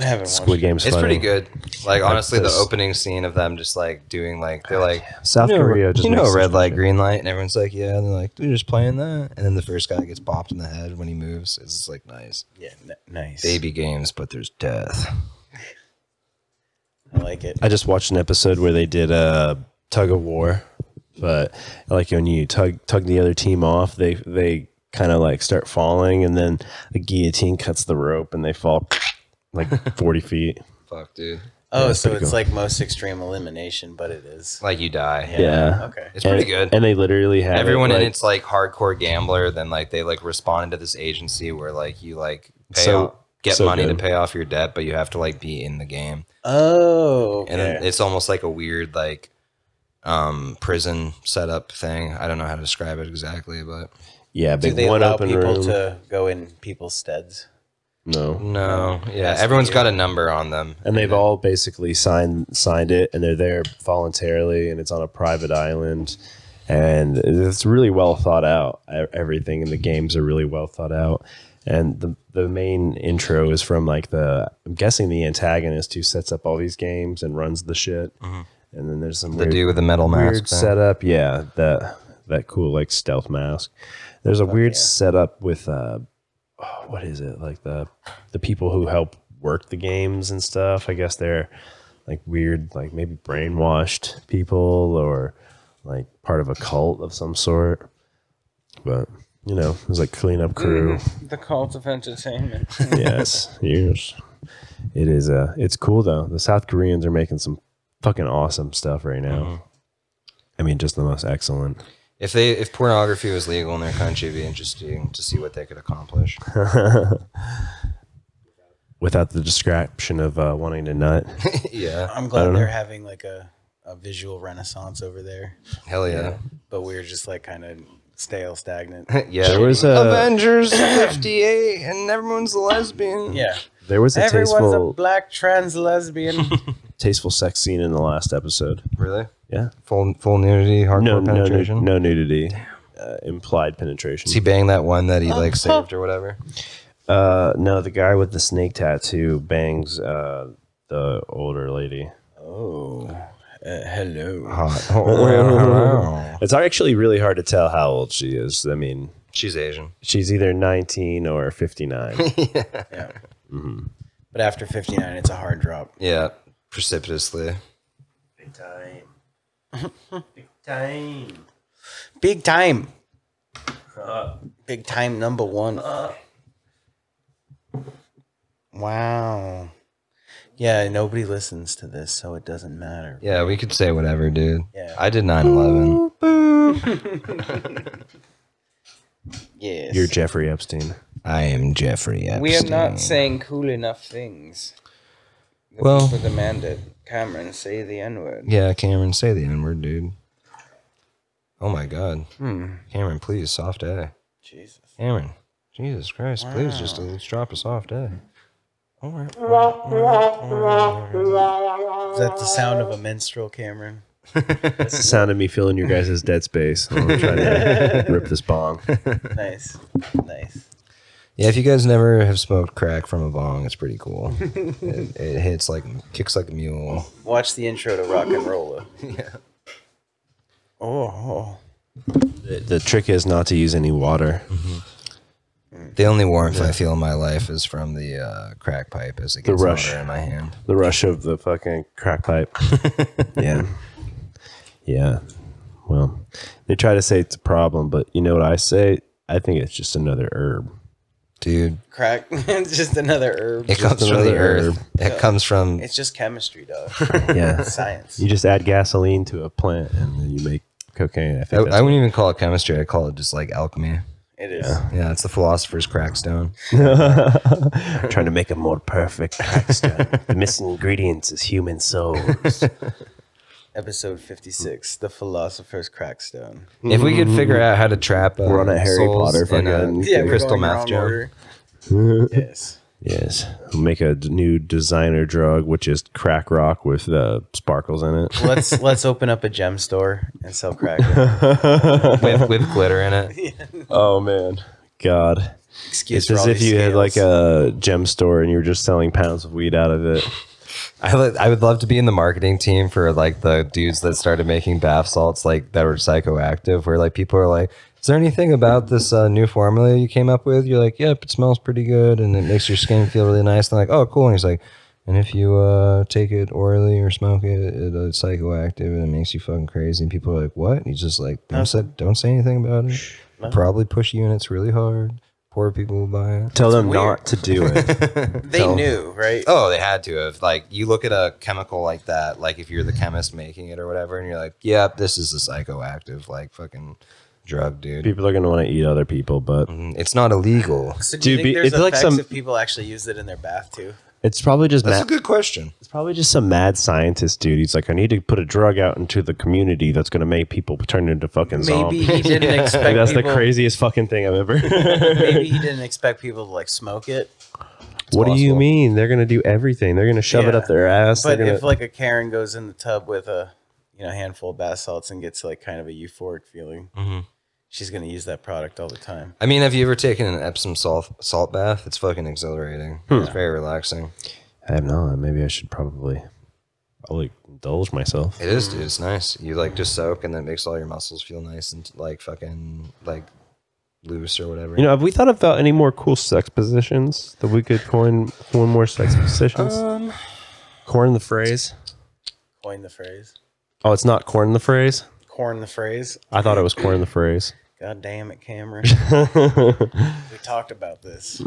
[SPEAKER 3] I haven't watched.
[SPEAKER 1] Squid Game's
[SPEAKER 2] It's
[SPEAKER 1] funny.
[SPEAKER 2] pretty good. Like honestly, the
[SPEAKER 1] this-
[SPEAKER 2] opening scene of them just like doing like they're like
[SPEAKER 1] South
[SPEAKER 2] you know,
[SPEAKER 1] Korea just
[SPEAKER 2] you know
[SPEAKER 1] makes
[SPEAKER 2] red
[SPEAKER 1] such
[SPEAKER 2] light
[SPEAKER 1] shit.
[SPEAKER 2] green light and everyone's like yeah and they're like we're just playing that and then the first guy gets bopped in the head when he moves it's just, like nice
[SPEAKER 3] Yeah, n- nice.
[SPEAKER 2] baby games but there's death
[SPEAKER 3] I like it.
[SPEAKER 1] I just watched an episode where they did a tug of war, but like when you tug tug the other team off, they they kind of like start falling, and then a guillotine cuts the rope, and they fall like forty feet.
[SPEAKER 2] fuck dude
[SPEAKER 3] Oh,
[SPEAKER 1] that's
[SPEAKER 3] so
[SPEAKER 1] pretty
[SPEAKER 3] it's
[SPEAKER 1] cool.
[SPEAKER 3] like most extreme elimination, but it is.
[SPEAKER 2] like you die
[SPEAKER 1] Yeah.
[SPEAKER 3] Okay.
[SPEAKER 2] it's pretty
[SPEAKER 1] and,
[SPEAKER 2] good
[SPEAKER 1] And they literally have
[SPEAKER 2] everyone
[SPEAKER 1] it, like,
[SPEAKER 2] in it's like hardcore gambler then like they like responded to this agency where like you like pay
[SPEAKER 1] So-
[SPEAKER 2] off, get
[SPEAKER 1] so
[SPEAKER 2] money
[SPEAKER 1] good.
[SPEAKER 2] to pay off your debt but you have to like be in the game
[SPEAKER 3] Oh,
[SPEAKER 2] and then
[SPEAKER 3] okay.
[SPEAKER 2] it's almost like a weird like um prison setup thing i don't know how to describe it exactly but
[SPEAKER 1] yeah,
[SPEAKER 3] Do
[SPEAKER 1] big
[SPEAKER 3] they
[SPEAKER 1] one
[SPEAKER 3] allow
[SPEAKER 1] open
[SPEAKER 3] people
[SPEAKER 1] room.
[SPEAKER 3] to go in people's steads?
[SPEAKER 1] no,
[SPEAKER 2] no yeah
[SPEAKER 3] That's
[SPEAKER 2] everyone's
[SPEAKER 3] weird.
[SPEAKER 2] got a number on them
[SPEAKER 1] and they've all basically signed signed it and they're there voluntarily and it's on a private island and it's really well thought out e- everything and the games are really well thought out and the the main intro is from like the I'm guessing the antagonist who sets up all these games and runs the shit and then there's some
[SPEAKER 2] the
[SPEAKER 1] weird
[SPEAKER 2] dude with the metal
[SPEAKER 1] weird
[SPEAKER 2] mask thing.
[SPEAKER 1] setup. Yeah, that that cool like stealth mask. There's a weird setup with uh, oh, what is it like the the people who help work the games and stuff. I guess they're like weird, like maybe brainwashed people or like part of a cult of some sort. But you know, it was like cleanup crew.
[SPEAKER 3] The cult of entertainment.
[SPEAKER 1] yes, yes. It is. Uh, it's cool though. The South Koreans are making some fucking awesome stuff right now. I mean, just the most excellent.
[SPEAKER 2] if they if pornography was legal in their country it'd be interesting to see what they could accomplish
[SPEAKER 1] without the distraction of uh, wanting to nut.
[SPEAKER 2] yeah
[SPEAKER 3] I'm glad they're having like a, a visual renaissance over there,
[SPEAKER 2] hell yeah
[SPEAKER 3] but we're just like kind of stale, stagnant.
[SPEAKER 2] yeah,
[SPEAKER 1] There was a-
[SPEAKER 2] avengers 58 and everyone's a lesbian
[SPEAKER 3] yeah.
[SPEAKER 1] There was a
[SPEAKER 3] Everyone's
[SPEAKER 1] tasteful,
[SPEAKER 3] a black trans lesbian.
[SPEAKER 1] tasteful sex scene in the last episode.
[SPEAKER 2] really
[SPEAKER 1] Yeah,
[SPEAKER 2] full full nudity hardcore
[SPEAKER 1] no, no, nu-
[SPEAKER 2] penetration
[SPEAKER 1] no nudity, uh, implied penetration.
[SPEAKER 2] Does he bang that one
[SPEAKER 3] Oh.
[SPEAKER 2] that he like saved or whatever?
[SPEAKER 1] Uh, no, the guy with the snake tattoo bangs uh, the older lady.
[SPEAKER 3] oh, uh, hello.
[SPEAKER 1] It's actually really hard to tell how old she is. I mean,
[SPEAKER 2] She's Asian.
[SPEAKER 1] she's either 19 or 59.
[SPEAKER 3] Yeah. But after 59, it's a hard drop.
[SPEAKER 2] Yeah, precipitously.
[SPEAKER 3] Big time. Big time number one. Wow. Yeah, nobody listens to this, so it doesn't matter.
[SPEAKER 2] Yeah, we could say whatever, dude.
[SPEAKER 3] Yeah.
[SPEAKER 2] I did 9 11.
[SPEAKER 3] Yes.
[SPEAKER 1] You're Jeffrey Epstein.
[SPEAKER 2] I am Jeffrey Epstein.
[SPEAKER 3] we are not saying cool enough things. The
[SPEAKER 2] Well-
[SPEAKER 3] people demand it. Cameron, say the N word.
[SPEAKER 2] Yeah, Cameron, say the N word, dude. Oh my God.
[SPEAKER 3] Hmm.
[SPEAKER 2] Cameron, please, soft A.
[SPEAKER 3] Jesus.
[SPEAKER 2] Cameron, Jesus Christ, please just uh, let's drop a soft A. Oh, All right.
[SPEAKER 3] Is that the sound of a minstrel, Cameron?
[SPEAKER 1] That's the sound of me filling your guys' dead space. I'm trying to rip this bong.
[SPEAKER 3] Nice. Nice.
[SPEAKER 2] Yeah, if you guys never have smoked crack from a bong, it's pretty cool. it, it hits like, kicks like a mule.
[SPEAKER 3] Watch the intro to Rock and Roller. yeah. Oh.
[SPEAKER 1] The, the trick is not to use any water.
[SPEAKER 2] The only warmth I feel in my life is from the uh, crack pipe as it gets
[SPEAKER 1] rush.
[SPEAKER 2] hotter in my hand.
[SPEAKER 1] The rush of the fucking crack pipe. yeah. Yeah. Well, they try to say it's a problem, but you know what I say? I think it's just another herb.
[SPEAKER 2] Dude,
[SPEAKER 3] Crack. it's just another herb.
[SPEAKER 2] it comes from the
[SPEAKER 1] another
[SPEAKER 2] earth. It comes from
[SPEAKER 3] It's just chemistry, dog.
[SPEAKER 1] Yeah.
[SPEAKER 3] Science.
[SPEAKER 1] you just add gasoline to a plant and then you make cocaine. I
[SPEAKER 2] I,
[SPEAKER 1] think
[SPEAKER 2] I wouldn't even call it chemistry. I call it just like alchemy.
[SPEAKER 3] It is.
[SPEAKER 2] Yeah, it's the philosopher's crackstone.
[SPEAKER 1] that's trying to make a more perfect crack stone. the missing ingredients is human souls.
[SPEAKER 3] Episode 56 The Philosopher's Crackstone.
[SPEAKER 2] If we could figure out how to trap, uh,
[SPEAKER 1] We're on Mm-hmm. a Harry
[SPEAKER 2] souls
[SPEAKER 1] Potter
[SPEAKER 2] in a
[SPEAKER 1] fucking-
[SPEAKER 2] yeah, crystal math joke.
[SPEAKER 3] yes.
[SPEAKER 1] yes. Make a d- new designer drug, which is crack rock with uh, sparkles in it.
[SPEAKER 3] Let's let's open up a gem store and sell crack.
[SPEAKER 2] with, with glitter in it.
[SPEAKER 1] Oh, man. God.
[SPEAKER 3] Excuse
[SPEAKER 1] It's as if you had like a gem store and you were just selling pounds of weed out of it.
[SPEAKER 2] I would, I would love to be in the marketing team for like the dudes that started making bath salts like that were psychoactive, where like people are like, "Is there anything about this uh, new formula you came up with?" You're like, "Yep, it smells pretty good and it makes your skin feel really nice." And they're like, "Oh, cool." And he's like, "And if you uh, take it orally or smoke it, it uh, it's psychoactive and it makes you fucking crazy." And people are like, "What?" And he's just like, "Don't say, don't say anything about it. Probably push you, and it's really hard. Poor people will buy it."
[SPEAKER 1] Tell them not to do it.
[SPEAKER 3] they knew, right?
[SPEAKER 2] Oh, they had to have. Like you look at a chemical like that, like if you're the chemist making it or whatever, and you're like, "Yep, this is a psychoactive like fucking drug, dude.
[SPEAKER 1] people are going to want to eat other people, but
[SPEAKER 2] Mm, It's not illegal."
[SPEAKER 3] So do
[SPEAKER 1] Dude,
[SPEAKER 3] you think
[SPEAKER 1] be-
[SPEAKER 3] there's
[SPEAKER 1] it's like
[SPEAKER 3] effects
[SPEAKER 1] some-
[SPEAKER 3] if people actually use it in their bath too?
[SPEAKER 1] it's probably just
[SPEAKER 2] That's
[SPEAKER 1] ma-
[SPEAKER 2] a good question.
[SPEAKER 1] it's probably just some mad scientist dude. He's like, I need to put a drug out into the community that's going to make people turn into fucking zombies.
[SPEAKER 3] he didn't expect
[SPEAKER 1] Like, that's the craziest fucking thing I've ever.
[SPEAKER 3] Maybe he didn't expect people to like smoke it.
[SPEAKER 1] what do you
[SPEAKER 2] possible.
[SPEAKER 1] mean? They're gonna do everything. They're gonna shove it
[SPEAKER 3] Yeah.
[SPEAKER 1] up their ass.
[SPEAKER 3] But
[SPEAKER 1] They're gonna-
[SPEAKER 3] if like a Karen goes in the tub with a you know handful of bath salts and gets like kind of a euphoric feeling,
[SPEAKER 1] Mm-hmm.
[SPEAKER 3] she's gonna use that product all the time.
[SPEAKER 2] I mean, have you ever taken an Epsom salt salt bath? It's fucking exhilarating.
[SPEAKER 1] Hmm.
[SPEAKER 2] It's very relaxing.
[SPEAKER 1] I have not. Maybe I should probably, probably indulge myself.
[SPEAKER 2] It is, dude. It's nice. You like just soak, and then it makes all your muscles feel nice and like fucking like loose or whatever.
[SPEAKER 1] You know, have we thought about any more cool sex positions that we could coin? One more sex positions.
[SPEAKER 2] Um,
[SPEAKER 1] corn the phrase.
[SPEAKER 3] Coin the phrase.
[SPEAKER 1] Oh, it's not corn the phrase.
[SPEAKER 3] Corn the phrase.
[SPEAKER 1] I thought it was corn the phrase.
[SPEAKER 3] God damn it, Cameron. we talked about this.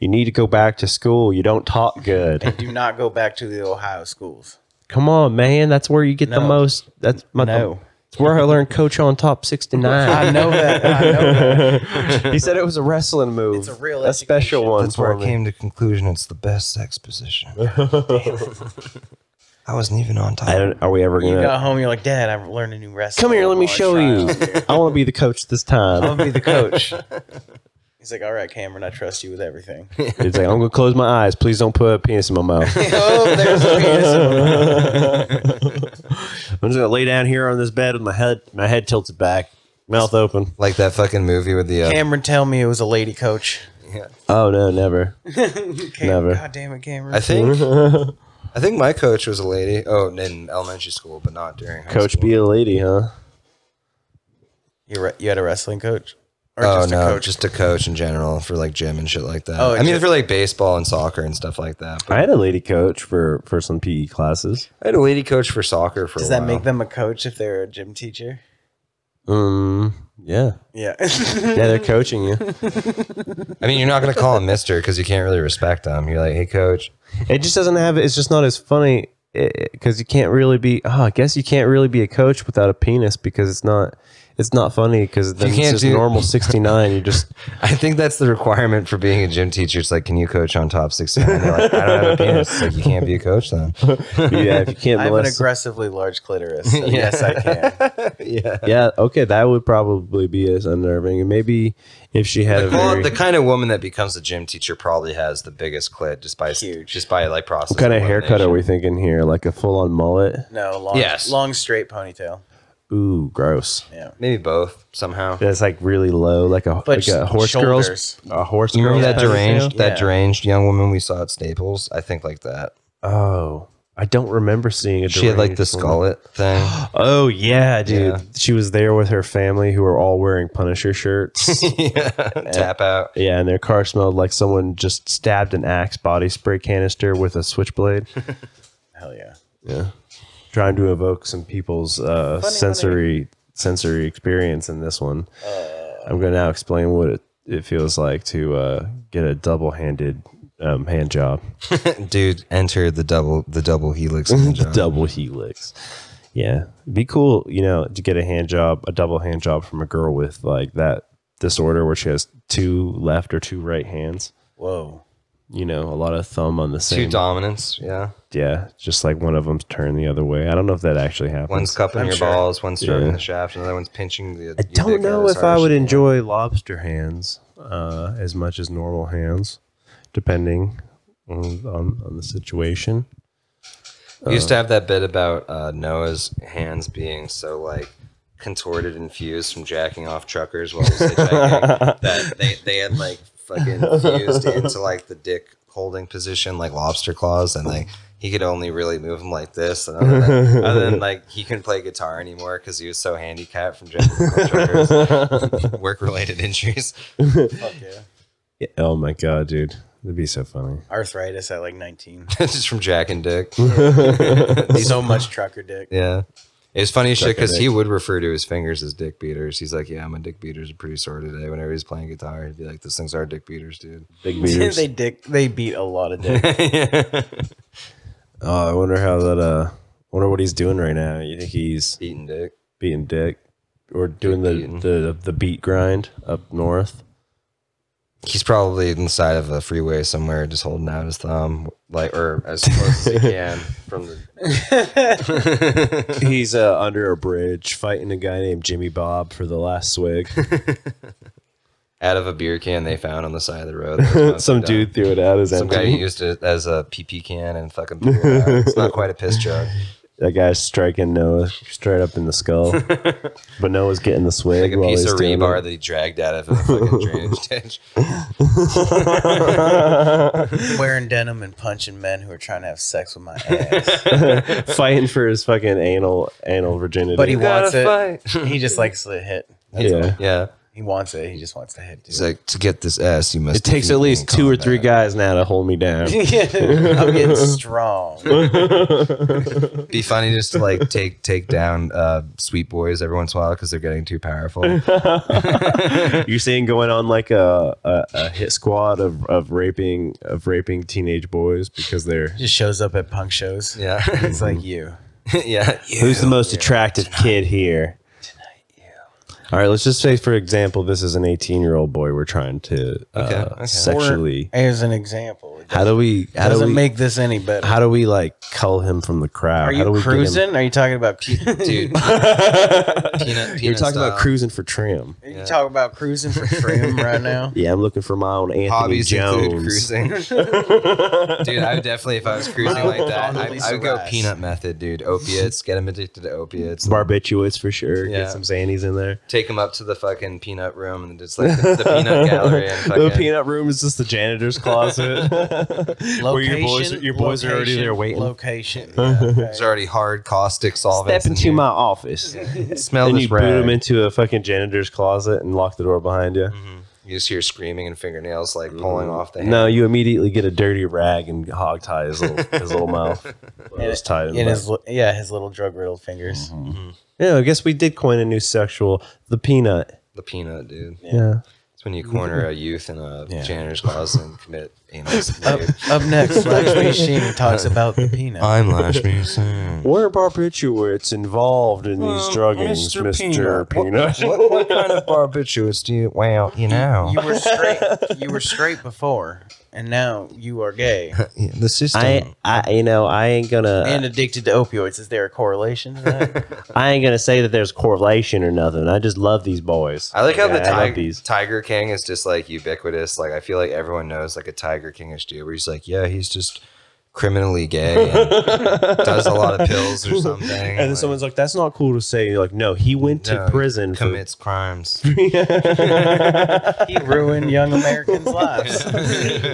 [SPEAKER 1] You need to go back to school. You don't talk good.
[SPEAKER 3] Do not go back to the Ohio schools.
[SPEAKER 1] Come on, man. That's where you get the
[SPEAKER 3] No.
[SPEAKER 1] most. That's my.
[SPEAKER 3] No.
[SPEAKER 1] It's where I learned Coach on Top sixty nine.
[SPEAKER 3] know that. I know that.
[SPEAKER 1] he said it was a wrestling move.
[SPEAKER 3] It's a real
[SPEAKER 1] a special
[SPEAKER 3] education.
[SPEAKER 1] one.
[SPEAKER 2] That's where I
[SPEAKER 1] for me.
[SPEAKER 2] came to conclusion. It's the best sex position. I wasn't even on top.
[SPEAKER 1] I don't. Are we ever
[SPEAKER 3] You
[SPEAKER 1] gonna
[SPEAKER 3] got home, you're like, Dad, I've learned a new recipe.
[SPEAKER 1] come here? Let me
[SPEAKER 3] Oh,
[SPEAKER 1] show
[SPEAKER 3] try
[SPEAKER 1] you.
[SPEAKER 3] it.
[SPEAKER 1] I want to be the coach this time.
[SPEAKER 3] I'll be the coach. He's like, All right, Cameron, I trust you with everything.
[SPEAKER 1] He's like, I'm gonna close my eyes. Please don't put a penis in my mouth.
[SPEAKER 3] oh, there's a penis.
[SPEAKER 1] I'm just gonna lay down here on this bed with my head. My head tilted back, mouth open.
[SPEAKER 2] Like that fucking movie with the uh,
[SPEAKER 3] Cameron, tell me it was a lady coach.
[SPEAKER 1] Oh no, never.
[SPEAKER 3] Cam-
[SPEAKER 1] Never.
[SPEAKER 3] God damn it, Cameron.
[SPEAKER 2] I think I think my coach was a lady. Oh, in elementary school, but not during high
[SPEAKER 1] Coach,
[SPEAKER 2] school.
[SPEAKER 1] be a lady, huh?
[SPEAKER 3] you, re- you had a wrestling coach? Or
[SPEAKER 2] Oh
[SPEAKER 3] just
[SPEAKER 2] no,
[SPEAKER 3] a coach?
[SPEAKER 2] just a coach in general for like gym and shit like that.
[SPEAKER 3] Oh,
[SPEAKER 2] I mean
[SPEAKER 3] just-
[SPEAKER 2] for like baseball and soccer and stuff like that. But
[SPEAKER 1] I had a lady coach for for some PE classes.
[SPEAKER 2] I had a lady coach for soccer for
[SPEAKER 3] Does
[SPEAKER 2] a
[SPEAKER 3] that
[SPEAKER 2] while.
[SPEAKER 3] make them a coach if they're a gym teacher? Mm-hmm.
[SPEAKER 1] Um, yeah.
[SPEAKER 3] Yeah.
[SPEAKER 1] Yeah, they're coaching you.
[SPEAKER 2] I mean, you're not going to call him Mister because you can't really respect him. You're like, hey, coach.
[SPEAKER 1] It just doesn't have. It's just not as funny because you can't really be. Oh, I guess you can't really be a coach without a penis because it's not. It's not funny because then it's
[SPEAKER 2] can't
[SPEAKER 1] just
[SPEAKER 2] do-
[SPEAKER 1] normal sixty nine. You just
[SPEAKER 2] I think that's the requirement for being a gym teacher. It's like, can you coach on top 69? They're like, I don't have a penis. It's like, you can't be a coach then.
[SPEAKER 1] yeah. If you can't,
[SPEAKER 3] I have an
[SPEAKER 1] molest-
[SPEAKER 3] aggressively large clitoris. So Yes, I can.
[SPEAKER 2] yeah.
[SPEAKER 1] yeah. Okay, that would probably be as unnerving. And maybe if she had a
[SPEAKER 2] Well,
[SPEAKER 1] very
[SPEAKER 2] the kind of woman that becomes a gym teacher probably has the biggest clit just by
[SPEAKER 3] Huge.
[SPEAKER 2] just by like process.
[SPEAKER 1] what kind of haircut are we thinking here? Like a full on mullet?
[SPEAKER 3] No, long,
[SPEAKER 2] Yes.
[SPEAKER 3] long straight ponytail.
[SPEAKER 1] Ooh, gross.
[SPEAKER 3] Yeah.
[SPEAKER 2] Maybe both somehow.
[SPEAKER 1] That's like really low, like a
[SPEAKER 3] But
[SPEAKER 1] like a
[SPEAKER 3] sh-
[SPEAKER 1] horse
[SPEAKER 3] shoulders.
[SPEAKER 1] girl's a horse.
[SPEAKER 2] You remember
[SPEAKER 1] girl's
[SPEAKER 2] that
[SPEAKER 1] ponytail?
[SPEAKER 2] deranged
[SPEAKER 3] Yeah.
[SPEAKER 2] that deranged young woman we saw at Staples? I think like that.
[SPEAKER 1] Oh, I don't remember seeing a.
[SPEAKER 2] She had like the
[SPEAKER 1] deranged woman.
[SPEAKER 2] skullet thing.
[SPEAKER 1] Oh yeah, dude.
[SPEAKER 2] Yeah.
[SPEAKER 1] She was there with her family who were all wearing Punisher shirts.
[SPEAKER 2] yeah. Tap out.
[SPEAKER 1] yeah, and their car smelled like someone just stabbed an axe body spray canister with a switchblade,
[SPEAKER 3] Hell yeah.
[SPEAKER 1] trying to evoke some people's uh,
[SPEAKER 3] funny.
[SPEAKER 1] sensory sensory experience in this one. I'm going to now explain what it, it feels like to uh, get a double-handed um, hand job.
[SPEAKER 2] Dude, enter the double the double helix. ninja.
[SPEAKER 1] double helix. Yeah, It'd be cool, you know, to get a hand job, a double hand job from a girl with like that disorder where she has two left or two right hands.
[SPEAKER 3] Whoa.
[SPEAKER 1] You know, a lot of thumb on the
[SPEAKER 2] Two
[SPEAKER 1] same.
[SPEAKER 2] dominants, yeah.
[SPEAKER 1] yeah, just like one of them's turned the other way. I don't know if that actually happens.
[SPEAKER 2] One's cupping
[SPEAKER 3] I'm
[SPEAKER 2] your
[SPEAKER 3] sure.
[SPEAKER 2] balls, one's stroking
[SPEAKER 1] Yeah.
[SPEAKER 2] the shaft, another one's pinching the.
[SPEAKER 1] I don't know if I would enjoy lobster hands uh, as much as normal hands, depending on, on, on the situation.
[SPEAKER 2] We used to have that bit about uh, Noah's hands being so like contorted and fused from jacking off truckers while he was hitchhiking, that they, they had like fucking fused into like the dick holding position like lobster claws and like he could only really move them like this and other than, other than like he couldn't play guitar anymore because he was so handicapped from jacking off truckers work related injuries
[SPEAKER 3] Fuck yeah.
[SPEAKER 1] Yeah, Oh my god, dude, that'd be so funny.
[SPEAKER 3] Arthritis at like 19.
[SPEAKER 2] just from jacking dick
[SPEAKER 3] so much trucker dick.
[SPEAKER 2] Yeah. It was funny shit because he would refer to his fingers as dick beaters. He's like, Yeah, my dick beaters are pretty sore today. Whenever he's playing guitar, he'd be like, Those things are dick beaters, dude.
[SPEAKER 1] Big beaters.
[SPEAKER 3] they dick. They beat a lot of dick.
[SPEAKER 1] Oh, I wonder how that. Uh, wonder what he's doing right now. You think he's
[SPEAKER 2] Eating dick.
[SPEAKER 1] beating dick or doing the
[SPEAKER 2] Beating.
[SPEAKER 1] the, the beat grind up north?
[SPEAKER 2] He's probably inside of a freeway somewhere, just holding out his thumb, like, or as close as he can from the.
[SPEAKER 1] he's uh, under a bridge fighting a guy named Jimmy Bob for the last swig.
[SPEAKER 2] Out of a beer can they found on the side of the road. that was mostly
[SPEAKER 1] Some
[SPEAKER 2] done.
[SPEAKER 1] dude threw it out as
[SPEAKER 2] Some guy
[SPEAKER 1] empty.
[SPEAKER 2] used it as a PP can and fucking. blew it out. It's not quite a piss jug.
[SPEAKER 1] that guy's striking Noah straight up in the skull, but Noah's getting the swig
[SPEAKER 2] Like a
[SPEAKER 1] while
[SPEAKER 2] piece
[SPEAKER 1] he's
[SPEAKER 2] of
[SPEAKER 1] doing it.
[SPEAKER 2] rebar that he dragged out of a fucking drainage ditch.
[SPEAKER 3] Wearing denim and punching men who are trying to have sex with my ass.
[SPEAKER 1] fighting for his fucking anal anal virginity.
[SPEAKER 3] But he wants
[SPEAKER 2] Gotta
[SPEAKER 3] it.
[SPEAKER 2] fight.
[SPEAKER 3] He just likes to hit.
[SPEAKER 1] yeah.
[SPEAKER 2] Yeah.
[SPEAKER 3] He wants it. He just wants to hit.
[SPEAKER 2] He's like, to get this ass, you must.
[SPEAKER 1] It takes
[SPEAKER 2] defeat
[SPEAKER 1] at
[SPEAKER 2] me
[SPEAKER 1] least
[SPEAKER 2] in
[SPEAKER 1] two or
[SPEAKER 2] combat."
[SPEAKER 1] three guys now to hold me down.
[SPEAKER 3] dude. I'm getting strong.
[SPEAKER 2] Be funny just to like take take down uh, sweet boys every once in a while because they're getting too powerful.
[SPEAKER 1] You're saying going on like a, a, a hit squad of, of raping of raping teenage boys because they're
[SPEAKER 3] Just shows up at punk shows.
[SPEAKER 2] Yeah,
[SPEAKER 3] It's like you.
[SPEAKER 2] yeah.
[SPEAKER 1] who's the most attractive kid here. All right, let's just say, for example, this is an 18 year old boy we're trying to uh,
[SPEAKER 2] Okay, okay.
[SPEAKER 1] sexually.
[SPEAKER 3] Or, as an example, it
[SPEAKER 1] How do we? How do
[SPEAKER 3] doesn't
[SPEAKER 1] we?
[SPEAKER 3] make this any better.
[SPEAKER 1] how do we like cull him from the crowd?
[SPEAKER 3] are
[SPEAKER 1] how do
[SPEAKER 3] you
[SPEAKER 1] we get him-
[SPEAKER 3] cruising? Are you talking about? Cru-
[SPEAKER 2] dude. Peanut,
[SPEAKER 1] You're talking about cruising for trim.
[SPEAKER 3] Are you talking about cruising for trim right now?
[SPEAKER 1] Yeah, I'm looking for my own Anthony
[SPEAKER 2] Hobbies include
[SPEAKER 1] Jones.
[SPEAKER 2] cruising. dude, I would definitely, if I was cruising like that, I, I would go
[SPEAKER 3] Surprise.
[SPEAKER 2] peanut method, dude. Opiates, get him addicted to opiates.
[SPEAKER 1] Barbiturates for sure.
[SPEAKER 2] Yeah.
[SPEAKER 1] Get some Xannies in there.
[SPEAKER 2] Take him up to the fucking peanut room and just like the, the peanut gallery and fucking.
[SPEAKER 1] the peanut room is just the janitor's closet. Where your boys, your boys are already there waiting.
[SPEAKER 3] Location. Yeah, okay.
[SPEAKER 2] There's already hard caustic solvents.
[SPEAKER 1] Step
[SPEAKER 2] in
[SPEAKER 1] into
[SPEAKER 2] here.
[SPEAKER 1] my office.
[SPEAKER 2] smell
[SPEAKER 1] Then
[SPEAKER 2] this
[SPEAKER 1] you boot
[SPEAKER 2] rag.
[SPEAKER 1] them into a fucking janitor's closet and lock the door behind you.
[SPEAKER 2] You just hear screaming and fingernails like pulling off the
[SPEAKER 1] No, you immediately get a dirty rag and hog tie his little, his little mouth. Well, it was tied in
[SPEAKER 3] in
[SPEAKER 1] the Mm-hmm.
[SPEAKER 3] his li- yeah his little drug riddled fingers.
[SPEAKER 1] Yeah, I guess we did coin a new sexual, the peanut.
[SPEAKER 2] the peanut, dude.
[SPEAKER 1] Yeah.
[SPEAKER 2] It's when you corner a youth in a janitor's closet and commit anal rape.
[SPEAKER 3] Up next, Lakshmi Sheen talks about the peanut.
[SPEAKER 2] I'm Lashmi Singh.
[SPEAKER 1] Where are barbiturates involved in these druggings, Mr. Peanut?
[SPEAKER 2] What, what kind of barbiturates do you? Well, you know,
[SPEAKER 3] You were straight. You were straight before, and now you are gay
[SPEAKER 2] the system.
[SPEAKER 1] I, I, you know, I ain't gonna,
[SPEAKER 3] and addicted to opioids. Is there a correlation to that?
[SPEAKER 1] I ain't gonna say that there's correlation or nothing. I just love these boys.
[SPEAKER 2] I like how the
[SPEAKER 1] Yeah, I love
[SPEAKER 2] tig-
[SPEAKER 1] these.
[SPEAKER 2] Tiger King is just like ubiquitous. Like I feel like everyone knows like a Tiger Kingish dude where he's like, yeah, he's just criminally gay, and does a lot of pills or something,
[SPEAKER 1] And then
[SPEAKER 2] like,
[SPEAKER 1] someone's like, "That's not cool to say." You're like, no, he went
[SPEAKER 2] no,
[SPEAKER 1] to prison. for-
[SPEAKER 2] commits crimes.
[SPEAKER 3] he ruined young Americans' lives.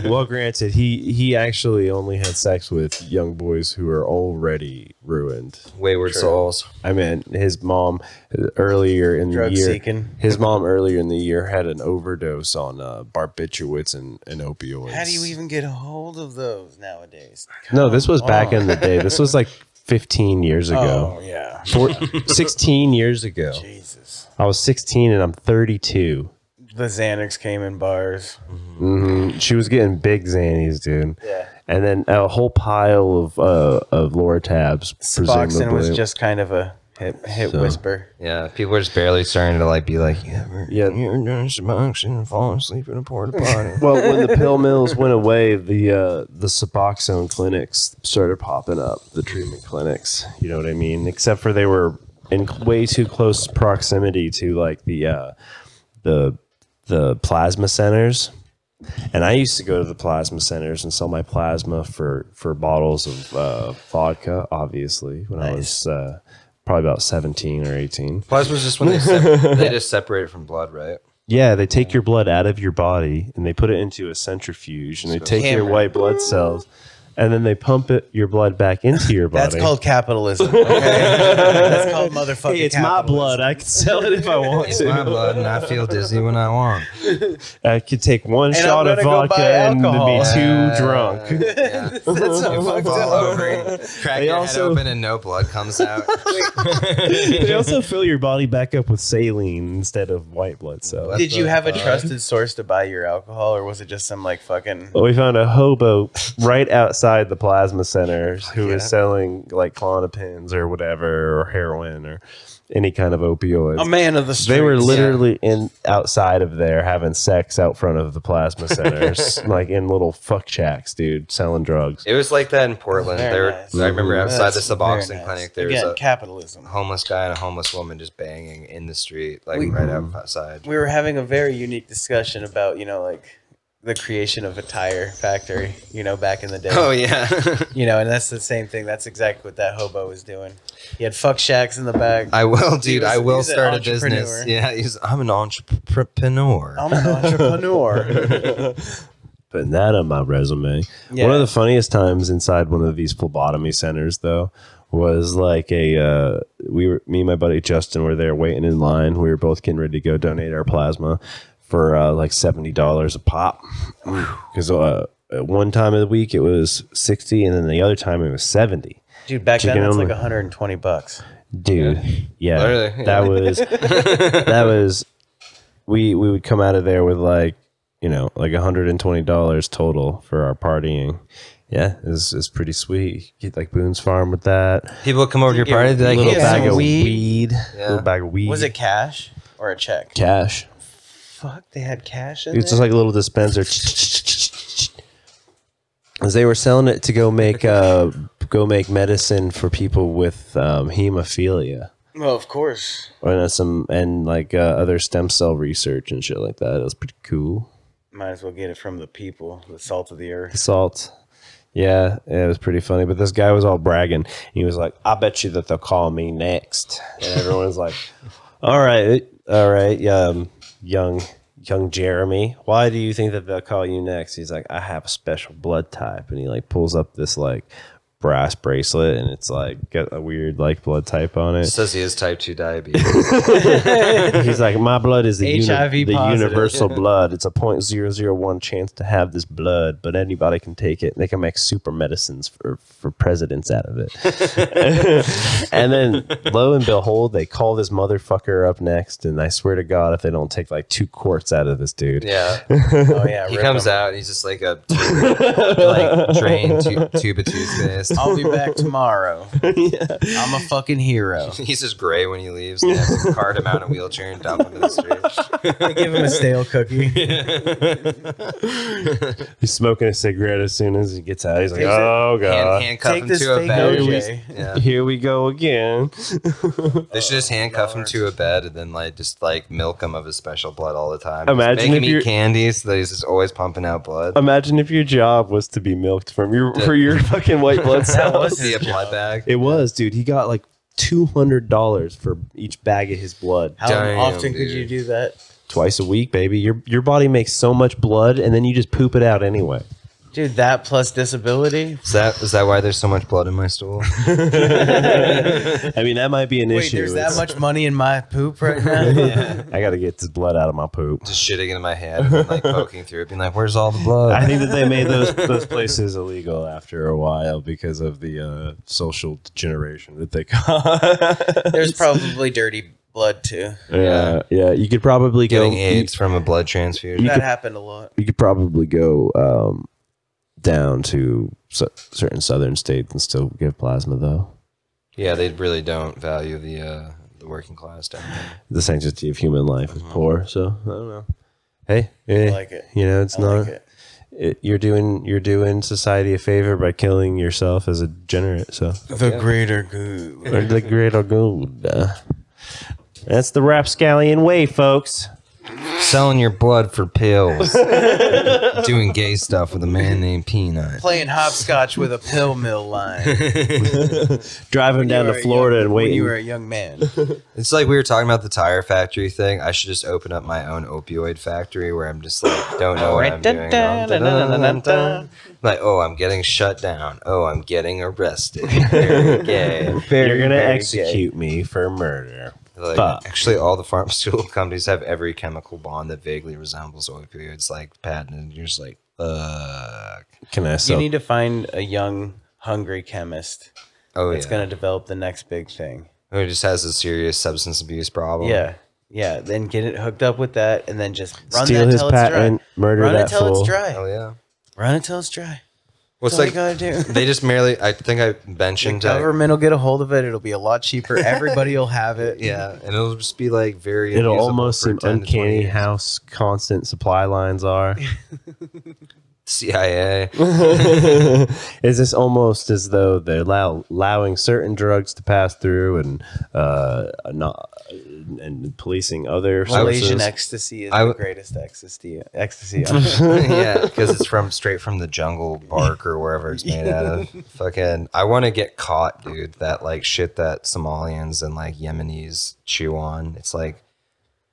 [SPEAKER 1] well, granted, he he actually only had sex with young boys who are already ruined.
[SPEAKER 2] Wayward souls.
[SPEAKER 1] I mean, his mom uh, earlier in
[SPEAKER 3] Drug
[SPEAKER 1] the year,
[SPEAKER 3] seeking.
[SPEAKER 1] his mom earlier in the year had an overdose on uh, barbiturates and, and opioids.
[SPEAKER 3] How do you even get a hold of those nowadays?
[SPEAKER 1] No, this was back
[SPEAKER 3] on.
[SPEAKER 1] in the day. This was like 15 years
[SPEAKER 3] Oh
[SPEAKER 1] ago,
[SPEAKER 3] yeah,
[SPEAKER 1] Four, 16 years ago.
[SPEAKER 3] Jesus.
[SPEAKER 1] I was 16 and I'm 32.
[SPEAKER 3] The Xanax came in bars.
[SPEAKER 1] Mhm. She was getting big Xannies, dude.
[SPEAKER 3] Yeah.
[SPEAKER 1] And then a whole pile of uh, of Laura tabs.
[SPEAKER 3] Suboxone was
[SPEAKER 1] presumably.
[SPEAKER 3] just kind of a hit, hit
[SPEAKER 1] So-
[SPEAKER 3] whisper.
[SPEAKER 2] Yeah, people are just barely starting to like be like, you ever,
[SPEAKER 1] Yeah.
[SPEAKER 2] you ever done Suboxone and falling asleep in a porta potty.
[SPEAKER 1] well, when the pill mills went away, the uh, the Suboxone clinics started popping up, the treatment clinics. You know what I mean? Except for they were in cl- way too close proximity to like the uh, the the plasma centers. And I used to go to the plasma centers and sell my plasma for for bottles of uh, vodka, obviously, when I was uh, probably about seventeen or eighteen.
[SPEAKER 2] Plasma's just when they sep- they just separate it from blood, right?
[SPEAKER 1] Yeah, they take your blood out of your body and they put it into a centrifuge and they take your
[SPEAKER 3] Hammer.
[SPEAKER 1] white blood cells and then they pump it, your blood back into your body.
[SPEAKER 3] That's called capitalism. Okay? That's called motherfucking.
[SPEAKER 1] Hey, it's my
[SPEAKER 3] capitalism.
[SPEAKER 1] blood. I can sell it if I want
[SPEAKER 2] It's my
[SPEAKER 1] to.
[SPEAKER 2] blood, and I feel dizzy when I want.
[SPEAKER 1] I could take one
[SPEAKER 3] I'm
[SPEAKER 1] shot
[SPEAKER 3] gonna
[SPEAKER 1] of
[SPEAKER 3] go buy
[SPEAKER 1] vodka and be
[SPEAKER 3] alcohol.
[SPEAKER 1] too
[SPEAKER 2] Yeah.
[SPEAKER 1] drunk.
[SPEAKER 2] Yeah. That's so fucked fall over, and crack
[SPEAKER 1] They
[SPEAKER 2] your
[SPEAKER 1] also-
[SPEAKER 2] head open, and no blood comes out.
[SPEAKER 1] they also fill your body back up with saline instead of white blood cells.
[SPEAKER 3] Did you have a trusted source to buy your alcohol, or was it just some like fucking?
[SPEAKER 1] Well, we found a hobo right outside the plasma centers who was selling like clonopins or whatever or heroin or any kind of opioids.
[SPEAKER 3] A man of the streets.
[SPEAKER 1] They were literally in outside of there having sex out front of the plasma centers, like in little fuck shacks, dude, selling drugs.
[SPEAKER 2] It was like that in Portland.
[SPEAKER 3] Very
[SPEAKER 2] There,
[SPEAKER 3] nice.
[SPEAKER 2] I remember
[SPEAKER 3] Yeah,
[SPEAKER 2] outside the
[SPEAKER 3] that's
[SPEAKER 2] Suboxone
[SPEAKER 3] very nice.
[SPEAKER 2] clinic, there
[SPEAKER 3] Again,
[SPEAKER 2] was a
[SPEAKER 3] capitalism.
[SPEAKER 2] homeless guy and a homeless woman just banging in the street, like
[SPEAKER 3] We-
[SPEAKER 2] right outside.
[SPEAKER 3] We were having a very unique discussion about you know like the creation of a tire factory. You know, back in the day.
[SPEAKER 2] Oh yeah,
[SPEAKER 3] You know, and that's the same thing. That's exactly what that hobo was doing. He had fuck shacks in the back.
[SPEAKER 2] I will, dude.
[SPEAKER 3] was-
[SPEAKER 2] I will
[SPEAKER 3] he's an
[SPEAKER 2] start a business.
[SPEAKER 3] entrepreneur. Um,
[SPEAKER 2] Yeah, he's, I'm an entrepreneur.
[SPEAKER 3] I'm an entrepreneur.
[SPEAKER 1] Putting that on my resume. One
[SPEAKER 3] Yeah.
[SPEAKER 1] of the funniest times inside one of these phlebotomy centers, though, was like a uh, we were me and my buddy Justin were there waiting in line. We were both getting ready to go donate our plasma for uh, like seventy dollars a pop, because uh, at one time of the week it was sixty, and then the other time it was seventy.
[SPEAKER 3] Dude, back
[SPEAKER 1] Chicken
[SPEAKER 3] then it's like
[SPEAKER 1] only.
[SPEAKER 3] 120 bucks.
[SPEAKER 1] dude yeah,
[SPEAKER 2] Literally, yeah.
[SPEAKER 1] that was that was we we would come out of there with like you know like $120 total for our partying yeah it's it's pretty sweet get like boone's farm with that
[SPEAKER 2] People come over to your
[SPEAKER 3] Yeah,
[SPEAKER 2] party, they're like,
[SPEAKER 1] little
[SPEAKER 2] "Hey,
[SPEAKER 1] bag
[SPEAKER 2] so
[SPEAKER 1] of
[SPEAKER 2] we-
[SPEAKER 1] weed,
[SPEAKER 2] Yeah.
[SPEAKER 1] little bag of weed
[SPEAKER 3] Was it cash or a check?
[SPEAKER 1] cash
[SPEAKER 3] Fuck, they had cash in
[SPEAKER 1] it's
[SPEAKER 3] there?
[SPEAKER 1] just like a little dispenser as they were selling it to go make uh go make medicine for people with um, hemophilia
[SPEAKER 3] well, of course.
[SPEAKER 1] and uh, some and like uh, other stem cell research and shit like that. It was pretty cool.
[SPEAKER 3] Might as well get it from the people, the salt of the earth.
[SPEAKER 1] Salt. Yeah, it was pretty funny. But this guy was all bragging. He was like, "I bet you that they'll call me next," and everyone's like, "All right, all right, um, young." Young Jeremy, why do you think that they'll call you next? He's like, I have a special blood type, and he like pulls up this like brass bracelet, and it's like got a weird like blood type on it.
[SPEAKER 2] Says he has type two diabetes.
[SPEAKER 1] He's like, my blood is the, uni-
[SPEAKER 3] HIV
[SPEAKER 1] the
[SPEAKER 3] positive.
[SPEAKER 1] universal blood. It's a 0.001 chance to have this blood, but anybody can take it. They can make super medicines for, for presidents out of it. and then lo and behold, they call this motherfucker up next. And I swear to God, if they don't take like two quarts out of this dude,
[SPEAKER 2] yeah,
[SPEAKER 3] Oh yeah,
[SPEAKER 2] he
[SPEAKER 3] rip
[SPEAKER 2] comes
[SPEAKER 3] him.
[SPEAKER 2] out. He's just like a like drained tu- tube of toothpaste.
[SPEAKER 3] I'll be back tomorrow. I'm a fucking hero.
[SPEAKER 2] He's just gray when he leaves. They have to cart him out in a wheelchair and dump him in the street.
[SPEAKER 3] Give him a stale cookie.
[SPEAKER 1] he's smoking a cigarette as soon as he gets out. He's like,
[SPEAKER 3] Takes it.
[SPEAKER 1] oh
[SPEAKER 2] Hand,
[SPEAKER 1] God.
[SPEAKER 2] handcuff
[SPEAKER 3] Take
[SPEAKER 2] him
[SPEAKER 3] this
[SPEAKER 2] to a
[SPEAKER 3] fake
[SPEAKER 2] bed.
[SPEAKER 3] OJ.
[SPEAKER 2] Yeah.
[SPEAKER 1] Here we go again.
[SPEAKER 2] They should just handcuff him to a bed and then like just like milk him of his special blood all the time.
[SPEAKER 1] Imagine
[SPEAKER 2] just make
[SPEAKER 1] if
[SPEAKER 2] him
[SPEAKER 1] you're-
[SPEAKER 2] eat candy so that he's just always pumping out blood.
[SPEAKER 1] Imagine if your job was to be milked from your for your fucking white blood cells.
[SPEAKER 2] Is he a blood bag?
[SPEAKER 1] It was, dude. He got like two hundred dollars for each bag of his blood
[SPEAKER 3] How
[SPEAKER 2] Damn,
[SPEAKER 3] often could
[SPEAKER 2] dude.
[SPEAKER 3] you do that?
[SPEAKER 1] twice a week, baby. Your your body makes so much blood, and then you just poop it out anyway.
[SPEAKER 3] Dude, that plus disability.
[SPEAKER 2] Is that is that why there's so much blood in my stool?
[SPEAKER 1] I mean, that might be an
[SPEAKER 3] Wait,
[SPEAKER 1] issue.
[SPEAKER 3] there's that
[SPEAKER 1] It's-
[SPEAKER 3] much money in my poop right now.
[SPEAKER 1] I got to get this blood out of my poop.
[SPEAKER 2] just shitting into my head and then, like poking through it, being like, "Where's all the blood?"
[SPEAKER 1] I think that they made those those places illegal after a while because of the uh, social degeneration that they caused.
[SPEAKER 3] There's probably dirty blood too.
[SPEAKER 1] yeah, yeah. You could probably
[SPEAKER 2] Getting
[SPEAKER 1] go
[SPEAKER 2] AIDS from a blood transfusion.
[SPEAKER 3] That
[SPEAKER 1] could-
[SPEAKER 3] happened a lot.
[SPEAKER 1] you could probably go um, down to su- certain southern states and still give plasma though.
[SPEAKER 2] Yeah, they really don't value the uh, the working class down there.
[SPEAKER 1] the sanctity of human life is poor. So I don't know. Uh-huh. Hey, eh,
[SPEAKER 3] like it.
[SPEAKER 1] You know, it's
[SPEAKER 3] I
[SPEAKER 1] not.
[SPEAKER 3] like it.
[SPEAKER 1] it- you're doing you're doing society a favor by killing yourself as a degenerate. So
[SPEAKER 3] The greater good.
[SPEAKER 1] Or the greater good. Uh, That's the rapscallion way, folks.
[SPEAKER 2] Selling your blood for pills, doing gay stuff with a man named Peanut.
[SPEAKER 3] Playing hopscotch with a pill mill line.
[SPEAKER 1] Driving down
[SPEAKER 3] You
[SPEAKER 1] to
[SPEAKER 3] were a
[SPEAKER 1] Florida
[SPEAKER 3] young-
[SPEAKER 1] and
[SPEAKER 3] When you
[SPEAKER 1] waiting.
[SPEAKER 3] were a young man.
[SPEAKER 2] It's like we were talking about the tire factory thing. I should just open up my own opioid factory where I'm just like, don't know what I'm doing. Like, oh, I'm getting shut down. Oh, I'm getting arrested. Very gay.
[SPEAKER 1] You're gonna
[SPEAKER 3] very
[SPEAKER 1] execute me for murder.
[SPEAKER 2] Like,
[SPEAKER 1] Fuck.
[SPEAKER 2] Actually, all the pharmaceutical companies have every chemical bond that vaguely resembles opioids, like patented. And you're just like, uh, fuck.
[SPEAKER 1] Can I
[SPEAKER 3] You
[SPEAKER 1] sell?
[SPEAKER 3] need to find a young, hungry chemist
[SPEAKER 2] Oh,
[SPEAKER 3] that's
[SPEAKER 2] yeah.
[SPEAKER 3] going to develop the next big thing.
[SPEAKER 2] Who just has a serious substance abuse problem.
[SPEAKER 3] Yeah. Yeah. Then get it hooked up with that and then just run
[SPEAKER 1] steal
[SPEAKER 3] that
[SPEAKER 1] his
[SPEAKER 3] till it's
[SPEAKER 1] patent,
[SPEAKER 3] dry.
[SPEAKER 1] murder
[SPEAKER 3] Run it
[SPEAKER 1] that
[SPEAKER 3] till
[SPEAKER 1] fool.
[SPEAKER 3] it's dry.
[SPEAKER 2] Hell Oh, yeah.
[SPEAKER 3] Run it till it's dry.
[SPEAKER 2] Well, it's
[SPEAKER 3] That's all
[SPEAKER 2] like,
[SPEAKER 3] you got to do.
[SPEAKER 2] they just merely, I think I
[SPEAKER 3] The
[SPEAKER 2] mentioned that.
[SPEAKER 3] government will get a hold of it. It'll be a lot cheaper. Everybody will have it.
[SPEAKER 2] Yeah, and it'll just be like very.
[SPEAKER 1] It'll
[SPEAKER 2] abusable
[SPEAKER 1] almost
[SPEAKER 2] for
[SPEAKER 1] seem
[SPEAKER 2] 10 to 20
[SPEAKER 1] uncanny
[SPEAKER 2] years.
[SPEAKER 1] how s- constant supply lines are.
[SPEAKER 2] CIA.
[SPEAKER 1] is this almost as though they're allow, allowing certain drugs to pass through and uh, not and policing other
[SPEAKER 3] Malaysian
[SPEAKER 1] sources?
[SPEAKER 3] ecstasy is
[SPEAKER 2] I
[SPEAKER 3] the
[SPEAKER 2] w-
[SPEAKER 3] greatest ecstasy. Ecstasy. on earth.
[SPEAKER 2] yeah, because it's from straight from the jungle bark or wherever it's made out of. Fucking, I want to get caught, dude. That like shit that Somalians and like Yemenis chew on. It's like,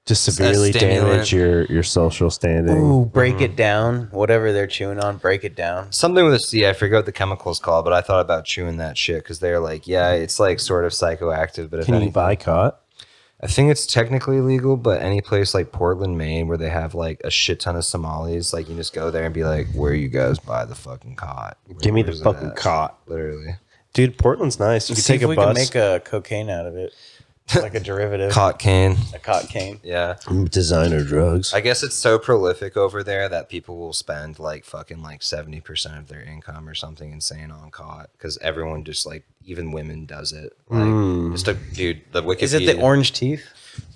[SPEAKER 1] to severely
[SPEAKER 2] stimulant.
[SPEAKER 1] damage your, your social standing.
[SPEAKER 3] Ooh,
[SPEAKER 1] Mm-hmm.
[SPEAKER 3] break it down. Whatever they're chewing on, break it down.
[SPEAKER 2] something with a C. I forget what the chemical's called, but I thought about chewing that shit because they're like, yeah, it's like sort of psychoactive. But if
[SPEAKER 1] Can you
[SPEAKER 2] any,
[SPEAKER 1] buy caught?
[SPEAKER 2] I think it's technically legal, but any place like Portland, Maine, where they have like a shit ton of Somalis, like you just go there and be like, where you guys buy the fucking cot?
[SPEAKER 1] Give me the
[SPEAKER 2] Where's it
[SPEAKER 1] fucking
[SPEAKER 2] at?"
[SPEAKER 1] cot,
[SPEAKER 2] Literally,
[SPEAKER 1] dude. Portland's nice. You
[SPEAKER 3] Let's
[SPEAKER 1] could
[SPEAKER 3] see
[SPEAKER 1] take
[SPEAKER 3] if
[SPEAKER 1] a
[SPEAKER 3] we
[SPEAKER 1] bus.
[SPEAKER 3] can make a cocaine out of it, like a derivative,
[SPEAKER 2] cot cane.
[SPEAKER 3] a cot cane.
[SPEAKER 2] Yeah.
[SPEAKER 1] Mm, Designer drugs.
[SPEAKER 2] I guess it's so prolific over there that people will spend like fucking like 70% of their income or something insane on cot because everyone just like, even women does it. Like,
[SPEAKER 1] Mm. Hmm.
[SPEAKER 2] Just a dude, the Wikipedia.
[SPEAKER 3] Is it the orange teeth?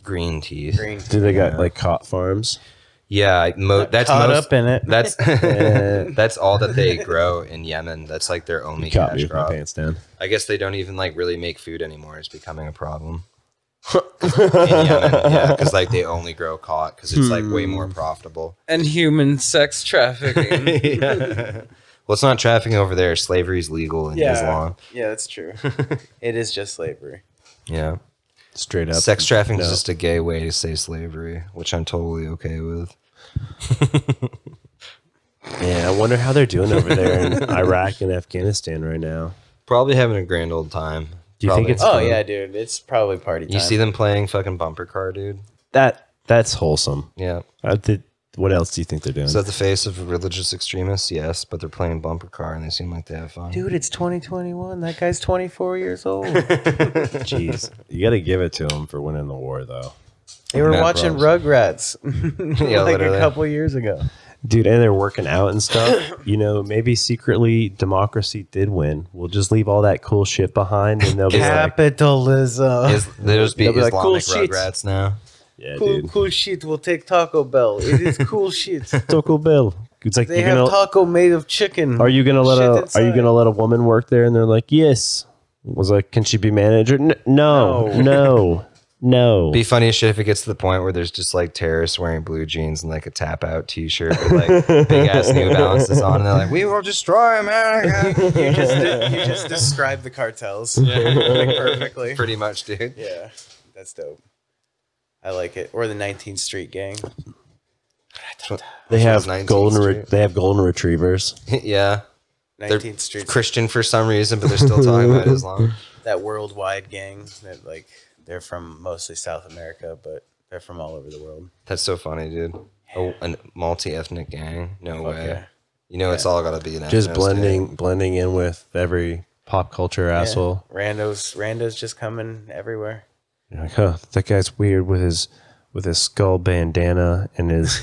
[SPEAKER 2] green teeth?
[SPEAKER 3] Green.
[SPEAKER 1] Do they got like cot farms?
[SPEAKER 2] Yeah. I- Mo- that's
[SPEAKER 3] caught
[SPEAKER 2] most-
[SPEAKER 3] up in it.
[SPEAKER 2] That's that's all that they grow in Yemen. That's like their only
[SPEAKER 1] Caught me
[SPEAKER 2] cash
[SPEAKER 1] with my
[SPEAKER 2] crop.
[SPEAKER 1] pants down.
[SPEAKER 2] I guess they don't even like really make food anymore. It's becoming a problem. in Yemen, yeah, because like they only grow caught because it's like way
[SPEAKER 1] Hmm.
[SPEAKER 2] more profitable.
[SPEAKER 4] and human sex trafficking.
[SPEAKER 2] Well, it's not trafficking over there. Slavery's legal in
[SPEAKER 3] Yeah.
[SPEAKER 2] Islam.
[SPEAKER 3] Yeah, that's true. it is just slavery.
[SPEAKER 2] Yeah,
[SPEAKER 1] Straight up.
[SPEAKER 2] sex trafficking
[SPEAKER 1] No.
[SPEAKER 2] is just a gay way to say slavery, which I'm totally okay with.
[SPEAKER 1] Yeah, I wonder how they're doing over there in Iraq and Afghanistan right now.
[SPEAKER 2] Probably having a grand old time.
[SPEAKER 1] Do you think
[SPEAKER 2] Probably.
[SPEAKER 1] it's
[SPEAKER 3] Oh
[SPEAKER 1] fun?
[SPEAKER 3] yeah, dude, it's probably party time.
[SPEAKER 2] You see them playing fucking bumper car, dude.
[SPEAKER 1] That that's wholesome.
[SPEAKER 2] Yeah.
[SPEAKER 1] I thi- what else do you think they're doing?
[SPEAKER 2] Is that the face of religious extremists? Yes, but they're playing bumper car and they seem like they have fun.
[SPEAKER 3] dude, it's 2021. That guy's 24 years old.
[SPEAKER 1] Jeez, you got to give it to them for winning the war, though,
[SPEAKER 3] They were
[SPEAKER 2] Mad
[SPEAKER 3] watching Rugrats
[SPEAKER 2] Yeah,
[SPEAKER 3] like
[SPEAKER 2] literally.
[SPEAKER 3] a couple years ago.
[SPEAKER 1] dude. And they're working out and stuff. you know, maybe secretly democracy did win. We'll just leave all that cool shit behind, and they'll be like,
[SPEAKER 3] Capitalism.
[SPEAKER 2] Is, they'll just be
[SPEAKER 1] They'll be like,
[SPEAKER 2] Islamic
[SPEAKER 1] "Cool shit."
[SPEAKER 2] rugrats now.
[SPEAKER 1] "Yeah,
[SPEAKER 3] cool,
[SPEAKER 1] dude,
[SPEAKER 3] cool shit. We'll take Taco Bell. It is cool shit.
[SPEAKER 1] Taco Bell." It's like
[SPEAKER 3] They
[SPEAKER 1] you're
[SPEAKER 3] have
[SPEAKER 1] gonna,
[SPEAKER 3] taco made of chicken.
[SPEAKER 1] are you gonna let
[SPEAKER 3] shit
[SPEAKER 1] a are you
[SPEAKER 3] inside.
[SPEAKER 1] gonna let a woman work there? And they're like, "Yes." Was like, "Can she be manager?" N- no,
[SPEAKER 3] No.
[SPEAKER 1] no, no.
[SPEAKER 2] Be funny as shit if it gets to the point where there's just like terrorists wearing blue jeans and like a tap out t shirt with like big ass New Balances on, and they're like, "We will destroy America."
[SPEAKER 3] You just did- you just described the cartels like, perfectly.
[SPEAKER 2] Pretty much, dude.
[SPEAKER 3] Yeah, that's dope. I like it. Or the 19th Street Gang.
[SPEAKER 1] They have
[SPEAKER 2] 19th
[SPEAKER 1] golden. Re-
[SPEAKER 2] Street.
[SPEAKER 1] they have golden retrievers.
[SPEAKER 2] yeah,
[SPEAKER 3] 19th Street,
[SPEAKER 2] Christian for some reason, but they're still talking about Islam.
[SPEAKER 3] that worldwide gang that like they're from mostly South America, but they're from all over the world.
[SPEAKER 2] That's so funny, dude. Oh, a multi ethnic gang? No way.
[SPEAKER 3] yeah.
[SPEAKER 2] You know, it's all gotta be an
[SPEAKER 1] just
[SPEAKER 2] ethnostate.
[SPEAKER 1] blending blending in with every pop culture asshole.
[SPEAKER 3] Randos, randos just coming everywhere.
[SPEAKER 1] You're like, huh, that guy's weird with his with his skull bandana and his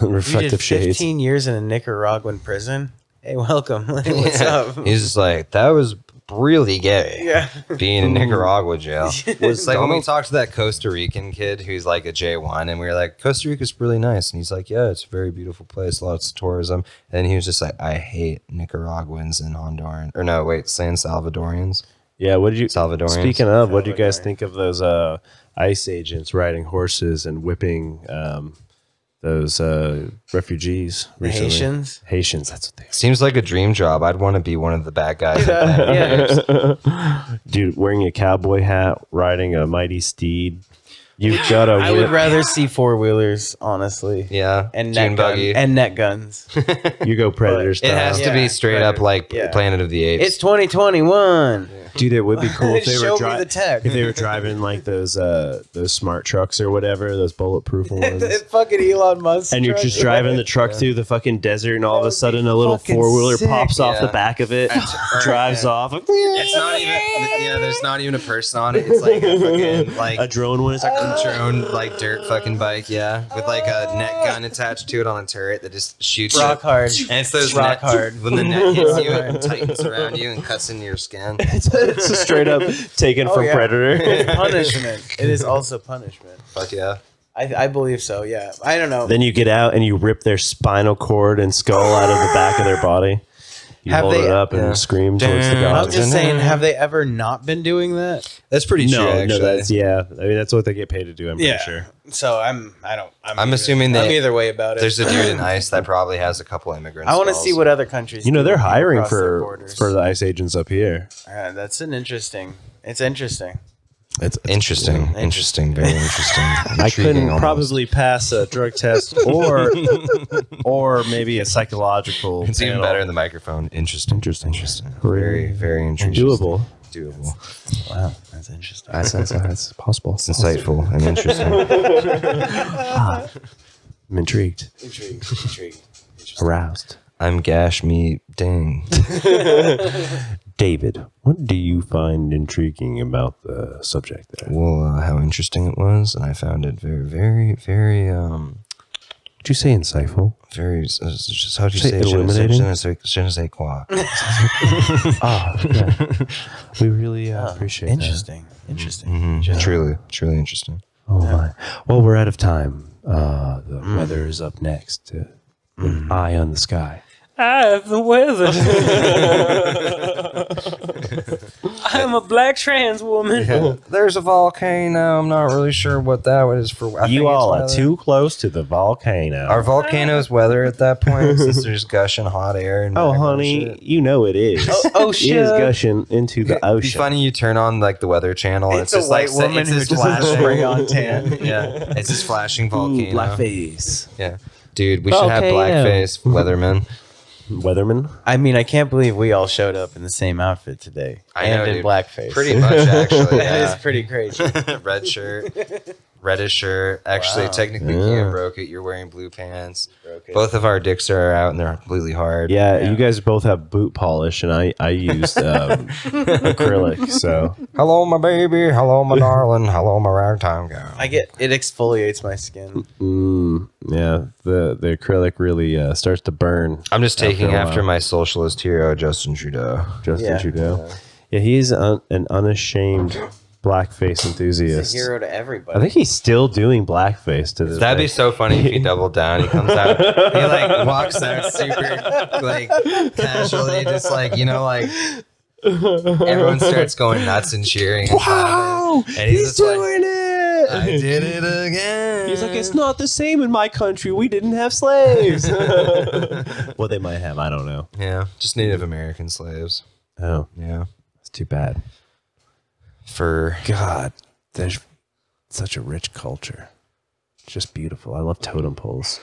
[SPEAKER 1] reflective shades.
[SPEAKER 3] 15 years in a Nicaraguan prison. Hey, welcome. Like, what's up?
[SPEAKER 2] He's just like, that was really gay.
[SPEAKER 3] Yeah.
[SPEAKER 2] Being in Nicaragua jail. it's like when we
[SPEAKER 1] Donald-
[SPEAKER 2] talked to that Costa Rican kid who's like a J1, and we were like, Costa Rica's really nice. And he's like, Yeah, it's a very beautiful place, lots of tourism. And he was just like, I hate Nicaraguans and Honduran. Or no, wait, San Salvadorians.
[SPEAKER 1] Yeah, what did you
[SPEAKER 2] Salvadorians.
[SPEAKER 1] Speaking of, what do you guys think of those uh, ICE agents riding horses and whipping um, those uh, refugees
[SPEAKER 3] The
[SPEAKER 1] recently?
[SPEAKER 3] Haitians.
[SPEAKER 1] Haitians, that's what they
[SPEAKER 2] Seems like a dream job. I'd want to be one of the bad guys.
[SPEAKER 3] yeah.
[SPEAKER 1] Dude, wearing a cowboy hat, riding a mighty steed. You've got a
[SPEAKER 3] I
[SPEAKER 1] whip.
[SPEAKER 3] would rather see four wheelers, honestly.
[SPEAKER 2] yeah.
[SPEAKER 3] And
[SPEAKER 2] Dune
[SPEAKER 3] net gun,
[SPEAKER 2] buggy.
[SPEAKER 3] and net guns.
[SPEAKER 1] you go predator
[SPEAKER 2] It
[SPEAKER 1] style.
[SPEAKER 2] has to
[SPEAKER 3] Yeah,
[SPEAKER 2] be straight up
[SPEAKER 3] predator.
[SPEAKER 2] like
[SPEAKER 3] Yeah.
[SPEAKER 2] Planet of the Apes.
[SPEAKER 3] It's 2021.
[SPEAKER 1] Dude, it would be cool if they
[SPEAKER 3] Show
[SPEAKER 1] were
[SPEAKER 3] me
[SPEAKER 1] dri-
[SPEAKER 3] the tech.
[SPEAKER 1] if they were driving like those uh those smart trucks or whatever, those bulletproof ones.
[SPEAKER 3] fucking Elon Musk.
[SPEAKER 1] And you're just driving the truck through the fucking desert, and all of a
[SPEAKER 3] would
[SPEAKER 1] sudden,
[SPEAKER 3] be
[SPEAKER 1] a little
[SPEAKER 3] fucking
[SPEAKER 1] four wheeler
[SPEAKER 3] sick.
[SPEAKER 1] pops off the
[SPEAKER 2] Yeah.
[SPEAKER 1] back of it, drives off.
[SPEAKER 2] It's not even. Yeah, there's not even a person on it. It's like a fucking like
[SPEAKER 1] a drone one is like,
[SPEAKER 2] drone, like dirt fucking bike. Yeah, with like a net gun attached to it on a turret that just shoots.
[SPEAKER 3] rock
[SPEAKER 2] you.
[SPEAKER 3] hard.
[SPEAKER 2] And it's those
[SPEAKER 3] rock
[SPEAKER 2] net-
[SPEAKER 3] hard.
[SPEAKER 2] When the net hits you, it tightens around you and cuts into your skin.
[SPEAKER 1] it's a straight up taken
[SPEAKER 3] Oh,
[SPEAKER 1] from
[SPEAKER 3] yeah.
[SPEAKER 1] Predator.
[SPEAKER 3] It's punishment. It is also punishment.
[SPEAKER 2] Fuck yeah.
[SPEAKER 3] I, I believe so. Yeah. I don't know.
[SPEAKER 1] then you get out and you rip their spinal cord and skull out of the back of their body. You
[SPEAKER 3] Have
[SPEAKER 1] hold
[SPEAKER 3] they-
[SPEAKER 1] it up and
[SPEAKER 2] yeah.
[SPEAKER 1] scream towards the
[SPEAKER 2] Damn.
[SPEAKER 3] I'm
[SPEAKER 1] gods.
[SPEAKER 3] just saying, have they ever not been doing that?
[SPEAKER 2] That's pretty
[SPEAKER 1] No,
[SPEAKER 2] true.
[SPEAKER 1] no,
[SPEAKER 2] Actually.
[SPEAKER 1] that's yeah. I mean, that's what they get paid to do. I'm pretty sure.
[SPEAKER 3] So I'm. I don't. I'm,
[SPEAKER 2] I'm
[SPEAKER 3] either-
[SPEAKER 2] assuming
[SPEAKER 3] I'm
[SPEAKER 2] they-
[SPEAKER 3] either way about it.
[SPEAKER 2] There's a dude in ICE that probably has a couple immigrants.
[SPEAKER 3] I want to see what other countries.
[SPEAKER 1] You know
[SPEAKER 3] do
[SPEAKER 1] they're
[SPEAKER 3] when people
[SPEAKER 1] hiring
[SPEAKER 3] cross their
[SPEAKER 1] for
[SPEAKER 3] borders.
[SPEAKER 1] for the ICE agents up here.
[SPEAKER 3] Yeah, that's an interesting. It's interesting.
[SPEAKER 1] It's,
[SPEAKER 2] Interesting, interesting, very interesting.
[SPEAKER 1] I couldn't
[SPEAKER 2] Intriguing almost.
[SPEAKER 1] probably pass a drug test or or maybe a psychological.
[SPEAKER 2] It's even
[SPEAKER 1] panel.
[SPEAKER 2] better in the microphone. Interesting.
[SPEAKER 1] Interesting.
[SPEAKER 2] Interesting.
[SPEAKER 1] Very,
[SPEAKER 2] Very, very interesting.
[SPEAKER 1] Doable.
[SPEAKER 2] Doable.
[SPEAKER 3] Wow, that's interesting.
[SPEAKER 1] That's, that's, that's possible.
[SPEAKER 2] It's insightful and interesting.
[SPEAKER 1] I'm intrigued,
[SPEAKER 3] Intrigued. Intrigued.
[SPEAKER 1] aroused.
[SPEAKER 2] I'm gash me dang.
[SPEAKER 1] David, what do you find intriguing about the subject there?
[SPEAKER 2] Well, uh, how interesting it was, and I found it very, very, very, um,
[SPEAKER 1] Did you say insightful?
[SPEAKER 2] very. Uh, just how do you
[SPEAKER 1] Say
[SPEAKER 2] say, it? Je ne sais-
[SPEAKER 1] illuminating?
[SPEAKER 2] je ne sais- je ne sais quoi. Ah.
[SPEAKER 1] Oh, yeah. we really uh, appreciate it.
[SPEAKER 3] Interesting. Interesting.
[SPEAKER 1] Mm-hmm.
[SPEAKER 2] Mm, Truly, truly interesting.
[SPEAKER 1] Oh my! Well, we're out of time. Uh, the
[SPEAKER 2] Mm.
[SPEAKER 1] weather is up next. Uh, an Eye on the sky.
[SPEAKER 4] I have Ah, the weather. I'm a black trans woman.
[SPEAKER 2] There's a volcano. I'm not really sure what that is for. I think
[SPEAKER 1] You
[SPEAKER 2] it's
[SPEAKER 1] all are
[SPEAKER 2] weather.
[SPEAKER 1] too close to the volcano.
[SPEAKER 2] Are volcanoes weather at that point? Since there's gushing hot air and
[SPEAKER 1] Oh,
[SPEAKER 2] background
[SPEAKER 1] honey,
[SPEAKER 2] shit?
[SPEAKER 1] you know it is. oh, It is
[SPEAKER 3] shit.
[SPEAKER 1] gushing into the
[SPEAKER 2] It'd be
[SPEAKER 1] ocean.
[SPEAKER 2] funny you turn on like the weather channel. and
[SPEAKER 3] It's, a white
[SPEAKER 2] like, sa-
[SPEAKER 3] woman
[SPEAKER 2] it's
[SPEAKER 3] who
[SPEAKER 2] this
[SPEAKER 3] just has a spray on tan.
[SPEAKER 2] yeah, it's this flashing
[SPEAKER 1] Ooh,
[SPEAKER 2] volcano.
[SPEAKER 1] blackface.
[SPEAKER 2] Yeah, dude, we should have
[SPEAKER 1] Volcano.
[SPEAKER 2] blackface weathermen.
[SPEAKER 1] Weatherman.
[SPEAKER 3] I mean, I can't believe we all showed up in the same outfit today
[SPEAKER 2] I
[SPEAKER 3] and
[SPEAKER 2] know,
[SPEAKER 3] in
[SPEAKER 2] dude.
[SPEAKER 3] blackface.
[SPEAKER 2] Pretty much, actually.
[SPEAKER 3] That
[SPEAKER 2] yeah.
[SPEAKER 3] is pretty crazy.
[SPEAKER 2] Red shirt, reddish shirt. Actually,
[SPEAKER 3] Wow.
[SPEAKER 2] technically,
[SPEAKER 1] Yeah.
[SPEAKER 2] Ian broke it. You're wearing blue pants.
[SPEAKER 3] Okay.
[SPEAKER 2] Both of our dicks are out and they're completely hard.
[SPEAKER 1] Yeah, you guys both have boot polish, and I I used um, acrylic. So
[SPEAKER 2] Hello, my baby. Hello, my darling. Hello, my ragtime gal.
[SPEAKER 3] I get it exfoliates my skin.
[SPEAKER 1] mm, yeah, the the acrylic really uh, starts to burn.
[SPEAKER 2] I'm just taking
[SPEAKER 1] After a
[SPEAKER 2] after
[SPEAKER 1] while.
[SPEAKER 2] my socialist hero, Justin Trudeau.
[SPEAKER 1] Justin
[SPEAKER 3] Yeah.
[SPEAKER 1] Trudeau. Yeah, he is un, an unashamed blackface
[SPEAKER 3] It's
[SPEAKER 1] enthusiast.
[SPEAKER 3] a hero to
[SPEAKER 1] I
[SPEAKER 3] everybody.
[SPEAKER 1] think he's still doing blackface to this.
[SPEAKER 2] That'd
[SPEAKER 1] day.
[SPEAKER 2] be so funny if he doubled down. He comes out, he like walks out super like casually, just like you know, like everyone starts going nuts and cheering. and clapping. And he's just like,
[SPEAKER 1] it.
[SPEAKER 2] I did it again.
[SPEAKER 1] He's like, it's not the same in my country. We didn't have slaves. well, they might have. I don't know.
[SPEAKER 2] yeah, just Native American slaves.
[SPEAKER 1] Oh,
[SPEAKER 2] Yeah,
[SPEAKER 1] that's too bad.
[SPEAKER 2] for
[SPEAKER 1] God, there's such a rich culture. It's just beautiful. I love totem poles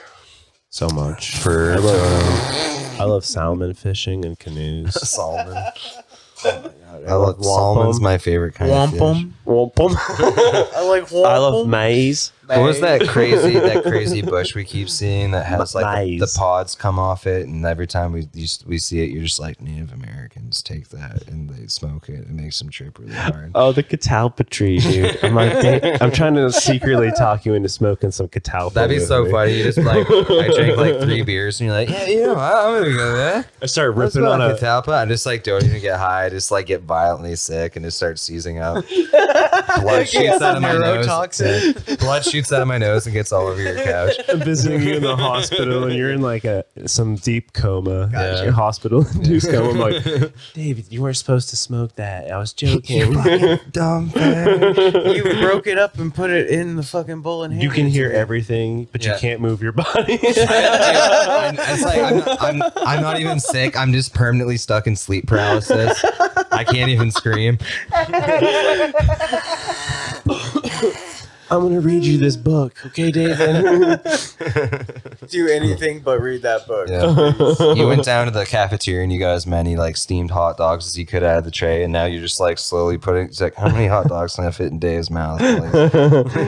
[SPEAKER 1] so much.
[SPEAKER 2] For-
[SPEAKER 1] I love, I love salmon fishing and canoes.
[SPEAKER 2] salmon. I love salmon's my favorite kind of fish.
[SPEAKER 3] Wampum.
[SPEAKER 1] Wampum.
[SPEAKER 3] I like wampum.
[SPEAKER 1] I love maize.
[SPEAKER 2] What was that crazy that crazy bush we keep seeing that has like the, the
[SPEAKER 1] Nice.
[SPEAKER 2] pods come off it, and every time we you, s- we see it, you're just like Native Americans take that and they smoke it. It makes them trip really hard.
[SPEAKER 1] Oh, the catalpa tree, dude. I'm like, "Hey," I'm trying to secretly talk you into smoking some catalpa.
[SPEAKER 2] That'd be
[SPEAKER 1] with
[SPEAKER 2] so
[SPEAKER 1] me.
[SPEAKER 2] funny. You just like I drank like three beers, and you're like, yeah, you know, what? I'm gonna go there.
[SPEAKER 1] I started
[SPEAKER 2] Let's
[SPEAKER 1] ripping
[SPEAKER 2] go
[SPEAKER 1] on
[SPEAKER 2] to
[SPEAKER 1] a
[SPEAKER 2] Catalpa. I just like don't even get high. I just like get violently sick and just start seizing up. Blood shoots out of my nose.
[SPEAKER 3] neurotoxin.
[SPEAKER 2] Yeah. Blood shoots out of my nose and gets all over your couch.
[SPEAKER 1] visiting you in the hospital and you're in like a some deep coma,
[SPEAKER 2] Gotcha.
[SPEAKER 1] yeah. hospital induced coma. I'm like, David, you weren't supposed to smoke that. I was joking.
[SPEAKER 2] Dumb thing.
[SPEAKER 3] you broke it up and put it in the fucking bowl and
[SPEAKER 1] you
[SPEAKER 3] handed
[SPEAKER 1] can
[SPEAKER 3] it to
[SPEAKER 1] hear
[SPEAKER 3] me.
[SPEAKER 1] everything, but
[SPEAKER 2] Yeah.
[SPEAKER 1] you can't move your body.
[SPEAKER 2] I'm, it's like I'm, not- I'm, I'm not even sick. I'm just permanently stuck in sleep paralysis. I can't even scream.
[SPEAKER 1] I'm gonna read you this book, okay, David?
[SPEAKER 3] do anything but read that book.
[SPEAKER 2] Yeah. You went down to the cafeteria and you got as many like steamed hot dogs as you could out of the tray, and now you're just like slowly putting. It's like, how many hot dogs can I fit in Dave's mouth? please?"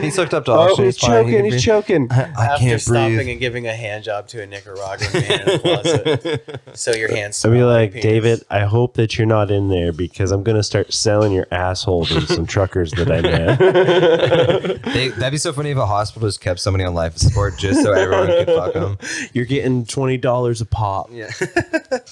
[SPEAKER 2] he's hooked up to
[SPEAKER 1] oh,
[SPEAKER 2] oxygen.
[SPEAKER 1] he's
[SPEAKER 2] fine,
[SPEAKER 1] choking. He's
[SPEAKER 2] he can breathe.
[SPEAKER 1] choking.
[SPEAKER 2] I
[SPEAKER 3] After
[SPEAKER 2] can't
[SPEAKER 3] stopping
[SPEAKER 2] breathe.
[SPEAKER 3] and giving a hand job to a Nicaraguan man in a closet, so your hands.
[SPEAKER 1] I'd be
[SPEAKER 3] smell
[SPEAKER 1] like,
[SPEAKER 3] penis.
[SPEAKER 1] David, I hope that you're not in there because I'm gonna start selling your asshole to some truckers that I met.
[SPEAKER 2] They, that'd be so funny if a hospital just kept somebody on life support just so everyone could fuck them.
[SPEAKER 1] you're getting twenty dollars a pop.
[SPEAKER 2] Yeah.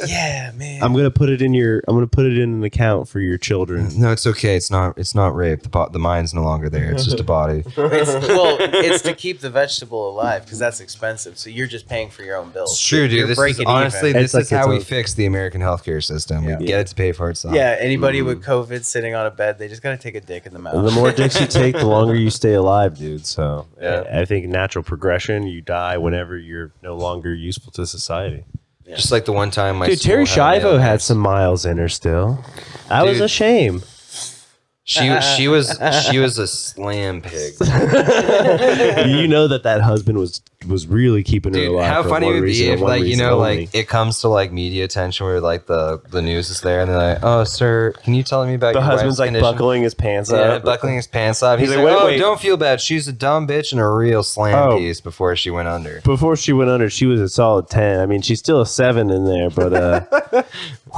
[SPEAKER 3] Yeah, man.
[SPEAKER 1] I'm gonna put it in your. I'm gonna put it in an account for your children.
[SPEAKER 2] No, it's okay. It's not. It's not rape. The bo- the mind's no longer there. It's just a body.
[SPEAKER 3] It's, well, it's to keep the vegetable alive because that's expensive. So you're just paying for your own bills.
[SPEAKER 2] It's true,
[SPEAKER 3] You're
[SPEAKER 2] dude. This is,
[SPEAKER 3] breaking
[SPEAKER 2] honestly,
[SPEAKER 3] even.
[SPEAKER 2] this
[SPEAKER 1] It's like
[SPEAKER 2] is how
[SPEAKER 1] it's
[SPEAKER 2] we
[SPEAKER 1] a-
[SPEAKER 2] fix the American healthcare system.
[SPEAKER 3] Yeah.
[SPEAKER 2] We get it to pay for itself.
[SPEAKER 3] Yeah, anybody with COVID sitting on a bed, they just gotta take a dick in the
[SPEAKER 1] And the
[SPEAKER 3] mouth.
[SPEAKER 1] more dicks you take, the longer you stay alive, dude. So
[SPEAKER 2] Yeah.
[SPEAKER 1] I I think natural progression. You die whenever you're no longer useful to society.
[SPEAKER 2] Just like the one time my
[SPEAKER 1] Dude, Terry
[SPEAKER 2] school a-
[SPEAKER 1] Schiavo had some miles in her still. That was
[SPEAKER 2] Dude.
[SPEAKER 1] a shame.
[SPEAKER 2] She she was she was a slam pig.
[SPEAKER 1] you know that that husband was was really keeping her
[SPEAKER 2] Dude,
[SPEAKER 1] alive.
[SPEAKER 2] how
[SPEAKER 1] for
[SPEAKER 2] funny
[SPEAKER 1] one
[SPEAKER 2] it would
[SPEAKER 1] reason
[SPEAKER 2] be
[SPEAKER 1] and
[SPEAKER 2] if
[SPEAKER 1] one
[SPEAKER 2] like you
[SPEAKER 1] reason
[SPEAKER 2] know
[SPEAKER 1] only.
[SPEAKER 2] like it comes to like media attention where like the the news is there and they're like, oh sir, can you tell me about
[SPEAKER 1] the
[SPEAKER 2] your
[SPEAKER 1] husband's
[SPEAKER 2] wife's
[SPEAKER 1] like
[SPEAKER 2] condition?
[SPEAKER 1] buckling his pants
[SPEAKER 2] Yeah,
[SPEAKER 1] up.
[SPEAKER 2] buckling his pants up. He's,
[SPEAKER 1] He's
[SPEAKER 2] like,
[SPEAKER 1] like, "Wait,
[SPEAKER 2] oh,
[SPEAKER 1] wait."
[SPEAKER 2] don't feel bad. She's a dumb bitch and a real slam
[SPEAKER 1] Oh.
[SPEAKER 2] piece before she went under.
[SPEAKER 1] Before she went under, she was a solid ten. I mean, she's still a seven in there, but uh,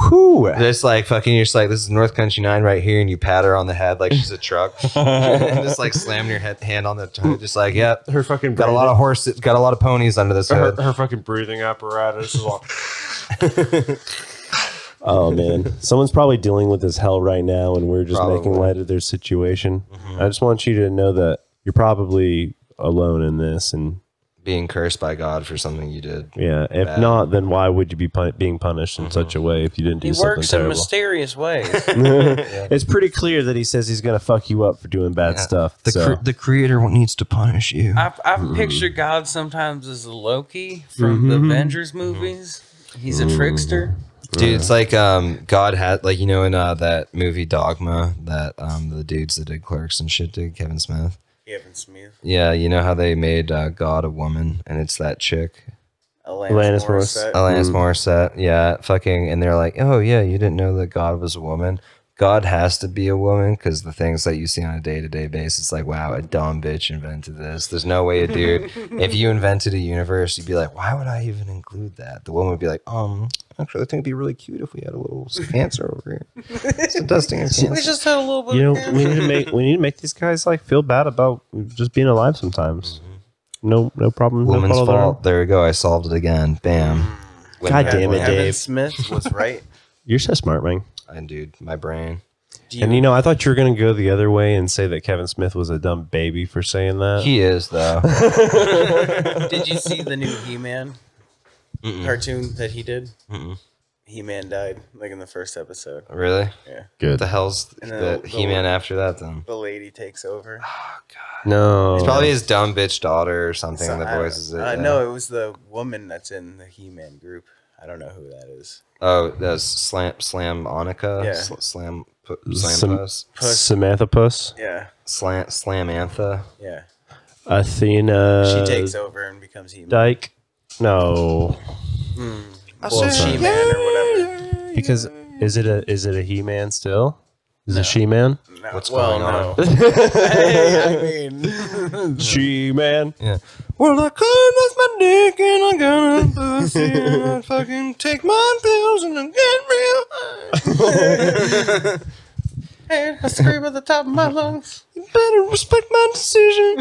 [SPEAKER 1] whew.
[SPEAKER 2] Just like fucking, you're just like, this is North Country Nine right here, and you pat her on the head like she's a truck, and just like slamming your head, hand on the tongue, just like, yep.
[SPEAKER 1] her fucking
[SPEAKER 2] Got a lot of horses, got a lot of ponies under this hood.
[SPEAKER 1] her fucking breathing apparatus is all. oh man, someone's probably dealing with this hell right now, and we're just making
[SPEAKER 2] Probably.
[SPEAKER 1] light of their situation. I just want you to know that you're probably alone in this, and
[SPEAKER 2] Being cursed by God for something you did.
[SPEAKER 1] yeah, if
[SPEAKER 2] Bad.
[SPEAKER 1] not, then why would you be pun- being punished in such a way if you didn't do
[SPEAKER 4] He
[SPEAKER 1] something
[SPEAKER 4] works in
[SPEAKER 1] terrible?
[SPEAKER 4] mysterious ways.
[SPEAKER 1] It's pretty clear that he says he's gonna fuck you up for doing bad stuff.
[SPEAKER 2] The
[SPEAKER 1] so.
[SPEAKER 2] cre- the Creator needs to punish you.
[SPEAKER 4] I've, I've
[SPEAKER 1] Mm-hmm.
[SPEAKER 4] pictured God sometimes as Loki from the
[SPEAKER 1] Mm-hmm.
[SPEAKER 4] Avengers movies. He's a trickster.
[SPEAKER 2] Dude, it's like um, God had like you know in uh, that movie Dogma that um, the dudes that did Clerks and shit did Kevin Smith.
[SPEAKER 3] Kevin Smith.
[SPEAKER 2] Yeah, you know how they made uh, God a woman, and it's that chick.
[SPEAKER 3] Alanis,
[SPEAKER 1] Alanis
[SPEAKER 3] Morissette.
[SPEAKER 1] Morissette.
[SPEAKER 2] Alanis
[SPEAKER 1] Mm.
[SPEAKER 2] Morissette, yeah, fucking, and they're like, oh yeah, you didn't know that God was a woman. God has to be a woman because the things that you see on a day to day basis, like, wow, a dumb bitch invented this. There's no way a dude, if you invented a universe, you'd be like, why would I even include that? The woman would be like, um, actually, I think it'd be really cute if we had a little cancer over here. Some dusting of
[SPEAKER 3] We
[SPEAKER 2] cancer.
[SPEAKER 3] just had a little bit.
[SPEAKER 1] You know,
[SPEAKER 3] of
[SPEAKER 1] we need to make we need to make these guys like feel bad about just being alive sometimes. Mm-hmm. No, no problem. no
[SPEAKER 2] Woman's
[SPEAKER 1] fault of their own.
[SPEAKER 2] fault. There we go. I solved it again. Bam.
[SPEAKER 1] God damn it,
[SPEAKER 3] Kevin
[SPEAKER 1] Dave.
[SPEAKER 3] Smith was right.
[SPEAKER 1] You're so smart, man.
[SPEAKER 2] And dude, my brain.
[SPEAKER 3] Do
[SPEAKER 1] And you know, I thought you were gonna go the other way and say that Kevin Smith was a dumb baby for saying that.
[SPEAKER 2] He is, though.
[SPEAKER 3] Did you see the new He Man cartoon that he did?
[SPEAKER 2] Mm. Mm-mm.
[SPEAKER 3] He Man died like in the first episode.
[SPEAKER 2] really?
[SPEAKER 3] Yeah.
[SPEAKER 2] What
[SPEAKER 1] Good.
[SPEAKER 2] the hell's
[SPEAKER 3] And
[SPEAKER 2] the,
[SPEAKER 3] then the-
[SPEAKER 2] He Man after that then?
[SPEAKER 3] The lady takes over.
[SPEAKER 1] No.
[SPEAKER 2] It's probably his dumb bitch daughter or something
[SPEAKER 3] Oh, So,
[SPEAKER 2] that
[SPEAKER 3] I-
[SPEAKER 2] voices it.
[SPEAKER 3] Uh,
[SPEAKER 2] yeah.
[SPEAKER 3] No, it was the woman that's in the He Man group. I don't know who that is.
[SPEAKER 2] Oh, that's Slam Slam Onica.
[SPEAKER 3] Yeah.
[SPEAKER 2] Sl- slam pu-
[SPEAKER 1] Some-
[SPEAKER 2] Slam Puss.
[SPEAKER 3] Puss.
[SPEAKER 1] Samantha Puss,
[SPEAKER 3] Yeah,
[SPEAKER 2] Slam Slam Antha.
[SPEAKER 3] yeah.
[SPEAKER 1] Athena.
[SPEAKER 3] She
[SPEAKER 2] Uh,
[SPEAKER 3] takes over and becomes He Man.
[SPEAKER 1] Dyke. No,
[SPEAKER 2] Oh,
[SPEAKER 3] Well, She Man or whatever.
[SPEAKER 1] because is it a is it a he man still? Is it she man?
[SPEAKER 3] No,
[SPEAKER 2] What's
[SPEAKER 3] well,
[SPEAKER 2] going on?
[SPEAKER 3] no. Hey, I mean,
[SPEAKER 1] She man.
[SPEAKER 2] Yeah. Well, I could with my dick and I got a pussy and I fucking take my pills and I get real high.
[SPEAKER 3] hey, I scream at the top of my lungs.
[SPEAKER 2] You better respect my decision.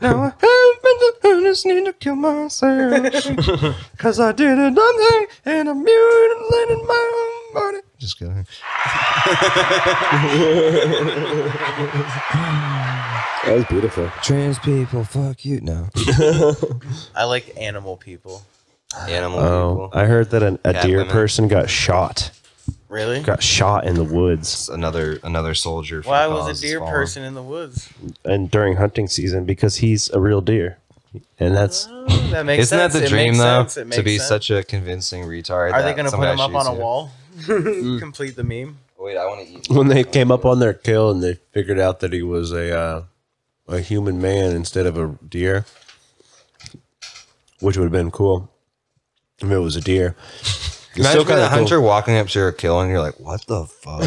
[SPEAKER 2] now I have mental illness, need to kill myself. Cause I did a dumb thing and I mutilated my own body. Just kidding.
[SPEAKER 1] That was beautiful.
[SPEAKER 2] Trans people, fuck you. No.
[SPEAKER 3] I like animal people.
[SPEAKER 2] Animal
[SPEAKER 1] Oh,
[SPEAKER 2] people.
[SPEAKER 1] I heard that an, a
[SPEAKER 2] Cat
[SPEAKER 1] deer
[SPEAKER 2] women.
[SPEAKER 1] person got shot.
[SPEAKER 3] Really?
[SPEAKER 1] Got shot in the woods,
[SPEAKER 2] It's another another soldier. from
[SPEAKER 3] Why was
[SPEAKER 2] Causes
[SPEAKER 3] a deer
[SPEAKER 2] Fallen.
[SPEAKER 3] person in the woods?
[SPEAKER 1] and during hunting season because he's a real deer, and that's
[SPEAKER 3] Oh, that makes
[SPEAKER 2] Isn't
[SPEAKER 3] sense.
[SPEAKER 2] that the
[SPEAKER 3] It
[SPEAKER 2] dream
[SPEAKER 3] makes
[SPEAKER 2] though?
[SPEAKER 3] sense. It
[SPEAKER 2] To
[SPEAKER 3] makes
[SPEAKER 2] be
[SPEAKER 3] sense.
[SPEAKER 2] such a convincing retard.
[SPEAKER 3] Are they
[SPEAKER 2] that
[SPEAKER 3] going to put
[SPEAKER 2] somebody
[SPEAKER 3] him up on
[SPEAKER 2] shoots
[SPEAKER 3] a
[SPEAKER 2] you?
[SPEAKER 3] wall? Complete the meme.
[SPEAKER 2] Wait, I want to eat.
[SPEAKER 5] when they came up on their kill and they figured out that he was a uh, a human man instead of a deer, which would have been cool if it was a deer. It's
[SPEAKER 2] Imagine
[SPEAKER 5] still
[SPEAKER 2] being
[SPEAKER 5] kind
[SPEAKER 2] a
[SPEAKER 5] of cool.
[SPEAKER 2] hunter walking up to your kill and you're like, "What the fuck?"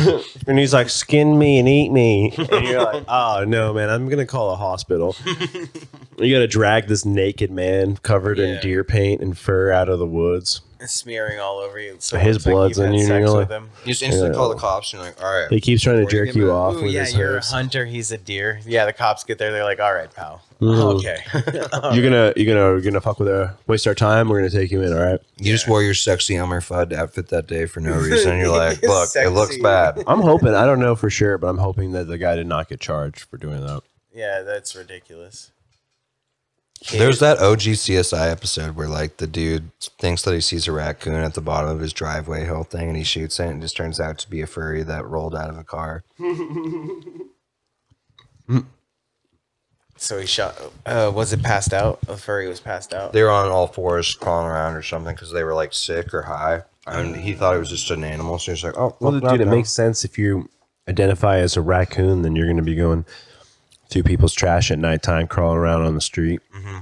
[SPEAKER 1] and he's like, skin me and eat me, and you're like,
[SPEAKER 5] Oh no, man! I'm gonna call a hospital.
[SPEAKER 1] you got to drag this naked man covered in
[SPEAKER 3] Yeah.
[SPEAKER 1] deer paint and fur out of the woods.
[SPEAKER 3] It's smearing all over you. So it
[SPEAKER 1] His
[SPEAKER 3] looks like
[SPEAKER 1] blood's
[SPEAKER 3] you've
[SPEAKER 1] in
[SPEAKER 3] had
[SPEAKER 1] you, and
[SPEAKER 3] sex
[SPEAKER 1] you're
[SPEAKER 3] with
[SPEAKER 1] like-
[SPEAKER 3] him.
[SPEAKER 2] You just instantly call the cops and you're like, "All right."
[SPEAKER 1] He keeps trying to
[SPEAKER 2] Or you
[SPEAKER 1] jerk
[SPEAKER 2] give
[SPEAKER 1] you
[SPEAKER 2] him-
[SPEAKER 1] off
[SPEAKER 3] Ooh,
[SPEAKER 1] with
[SPEAKER 3] yeah,
[SPEAKER 1] his
[SPEAKER 3] you're a
[SPEAKER 1] hairs.
[SPEAKER 3] hunter. He's a deer. Yeah, the cops get there. They're like, all right, pal. Okay. Oh,
[SPEAKER 5] You're gonna, you're gonna, you're gonna fuck with her. Waste our time. We're gonna take you in. All right.
[SPEAKER 2] You just wore your sexy Elmer Fudd outfit that day for no reason. You're like, look, it looks
[SPEAKER 3] Sexy.
[SPEAKER 2] bad.
[SPEAKER 5] I'm hoping. I don't know for sure, but I'm hoping that the guy did not get charged for doing that.
[SPEAKER 3] yeah, that's ridiculous.
[SPEAKER 2] There's that OG CSI episode where like the dude thinks that he sees a raccoon at the bottom of his driveway hill thing, and he shoots it, and it just turns out to be a furry that rolled out of a car.
[SPEAKER 3] So he shot. Uh, was it passed out? A furry was passed out.
[SPEAKER 2] They were on all fours crawling around or something because they were like sick or high, and he thought it was just an animal. So he's like, oh,
[SPEAKER 1] Well,
[SPEAKER 2] look,
[SPEAKER 1] dude, it
[SPEAKER 2] no.
[SPEAKER 1] makes sense if you identify as a raccoon, then you're going to be going through people's trash at nighttime, crawling around on the street,
[SPEAKER 5] Mm-hmm.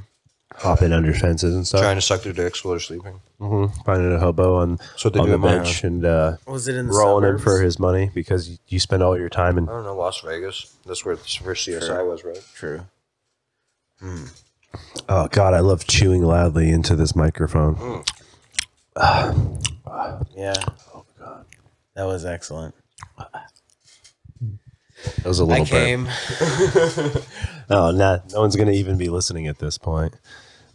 [SPEAKER 1] hopping under fences and stuff, Mm-hmm.
[SPEAKER 2] trying to suck their dicks while they're sleeping.
[SPEAKER 1] finding a hobo on,
[SPEAKER 2] what they
[SPEAKER 1] on
[SPEAKER 2] do
[SPEAKER 1] the
[SPEAKER 2] in my
[SPEAKER 1] bench and uh,
[SPEAKER 3] Was it in the
[SPEAKER 1] rolling him
[SPEAKER 3] suburbs?
[SPEAKER 1] for his money because you, you spend all your time in
[SPEAKER 5] Oh.
[SPEAKER 2] I don't know, Las Vegas. That's where that's where CSI was, right?
[SPEAKER 3] True.
[SPEAKER 1] Oh God, I love chewing loudly into this microphone.
[SPEAKER 5] Mm.
[SPEAKER 3] Yeah. Oh god. That was excellent.
[SPEAKER 1] That was a
[SPEAKER 3] I
[SPEAKER 1] little bit.
[SPEAKER 3] came.
[SPEAKER 1] Oh, nah, no one's gonna even be listening at this point.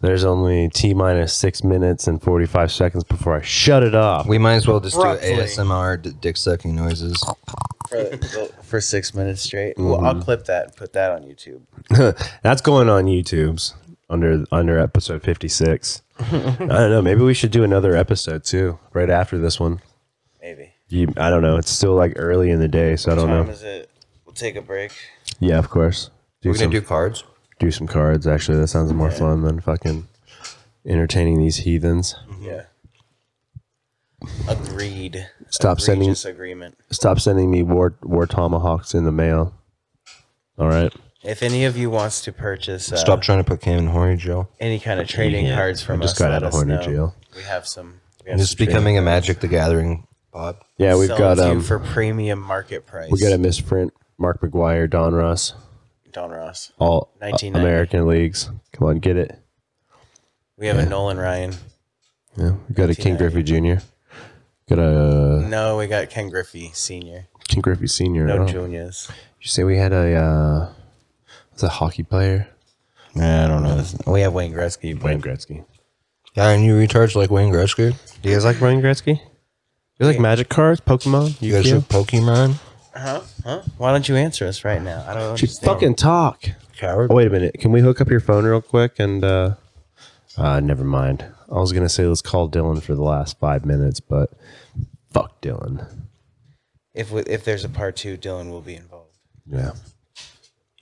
[SPEAKER 1] There's only t minus six minutes and forty five seconds before I shut it off.
[SPEAKER 2] We might as well just
[SPEAKER 3] Roughly.
[SPEAKER 2] do ASMR d- dick sucking noises.
[SPEAKER 3] for, for six minutes straight.
[SPEAKER 1] Mm-hmm.
[SPEAKER 3] Well, I'll clip that and put that on YouTube.
[SPEAKER 1] That's going on YouTube's under under episode fifty six. I don't know. Maybe we should do another episode too, right after this one.
[SPEAKER 3] Maybe.
[SPEAKER 1] You, I don't know. It's still like early in the day, so I don't
[SPEAKER 3] Time
[SPEAKER 1] know.
[SPEAKER 3] is it? We'll take a break.
[SPEAKER 1] Yeah, of course. Do
[SPEAKER 2] We're
[SPEAKER 1] some-
[SPEAKER 2] gonna do cards.
[SPEAKER 1] do some cards. Actually, that sounds more fun than fucking entertaining these heathens.
[SPEAKER 3] Yeah. Agreed.
[SPEAKER 1] Stop sending-
[SPEAKER 3] Egregious agreement.
[SPEAKER 1] Stop sending me war war tomahawks in the mail. All right,
[SPEAKER 3] If any of you wants to purchase uh,
[SPEAKER 2] Stop trying to put Cam in horny jail.
[SPEAKER 3] any kind of trading cards from
[SPEAKER 1] I just
[SPEAKER 3] us,
[SPEAKER 1] got
[SPEAKER 3] let
[SPEAKER 1] out of
[SPEAKER 3] us
[SPEAKER 1] horny
[SPEAKER 3] know.
[SPEAKER 1] jail.
[SPEAKER 3] We have some. We have
[SPEAKER 2] This is
[SPEAKER 3] some trading
[SPEAKER 2] becoming a Magic the Gathering pod.
[SPEAKER 1] Yeah, we've
[SPEAKER 3] sell
[SPEAKER 1] got
[SPEAKER 3] to you
[SPEAKER 1] um,
[SPEAKER 3] for premium market price.
[SPEAKER 1] we got a misprint. Mark McGuire, Don Ross,
[SPEAKER 3] Don Ross.
[SPEAKER 1] all
[SPEAKER 3] 1990.
[SPEAKER 1] American leagues. Come on, get it.
[SPEAKER 3] We have a Nolan Ryan.
[SPEAKER 1] Yeah, we got a King Griffey Jr. Got a
[SPEAKER 3] No, we got Ken Griffey Senior.
[SPEAKER 1] King Griffey Senior.
[SPEAKER 3] No
[SPEAKER 1] Oh. Did
[SPEAKER 3] juniors.
[SPEAKER 1] you say we had a uh, was a hockey player?
[SPEAKER 3] Nah, I don't know. We have Wayne Gretzky. but-
[SPEAKER 1] Gretzky.
[SPEAKER 2] Yeah, and you recharge like Wayne Gretzky.
[SPEAKER 1] Do you guys like Wayne Gretzky? You like Magic cards, Pokemon,
[SPEAKER 2] You guys
[SPEAKER 1] Yu-Gi-Oh?
[SPEAKER 2] like Pokemon?
[SPEAKER 3] Huh? Huh? Why don't you answer us right now? I don't
[SPEAKER 1] She
[SPEAKER 3] understand.
[SPEAKER 1] fucking talk.
[SPEAKER 2] Coward.
[SPEAKER 1] Oh, wait a minute. Can we hook up your phone real quick? And uh, uh never mind. I was gonna say let's call Dylan for the last five minutes, but fuck Dylan.
[SPEAKER 3] If we, if there's a part two, Dylan will be involved.
[SPEAKER 1] Yeah.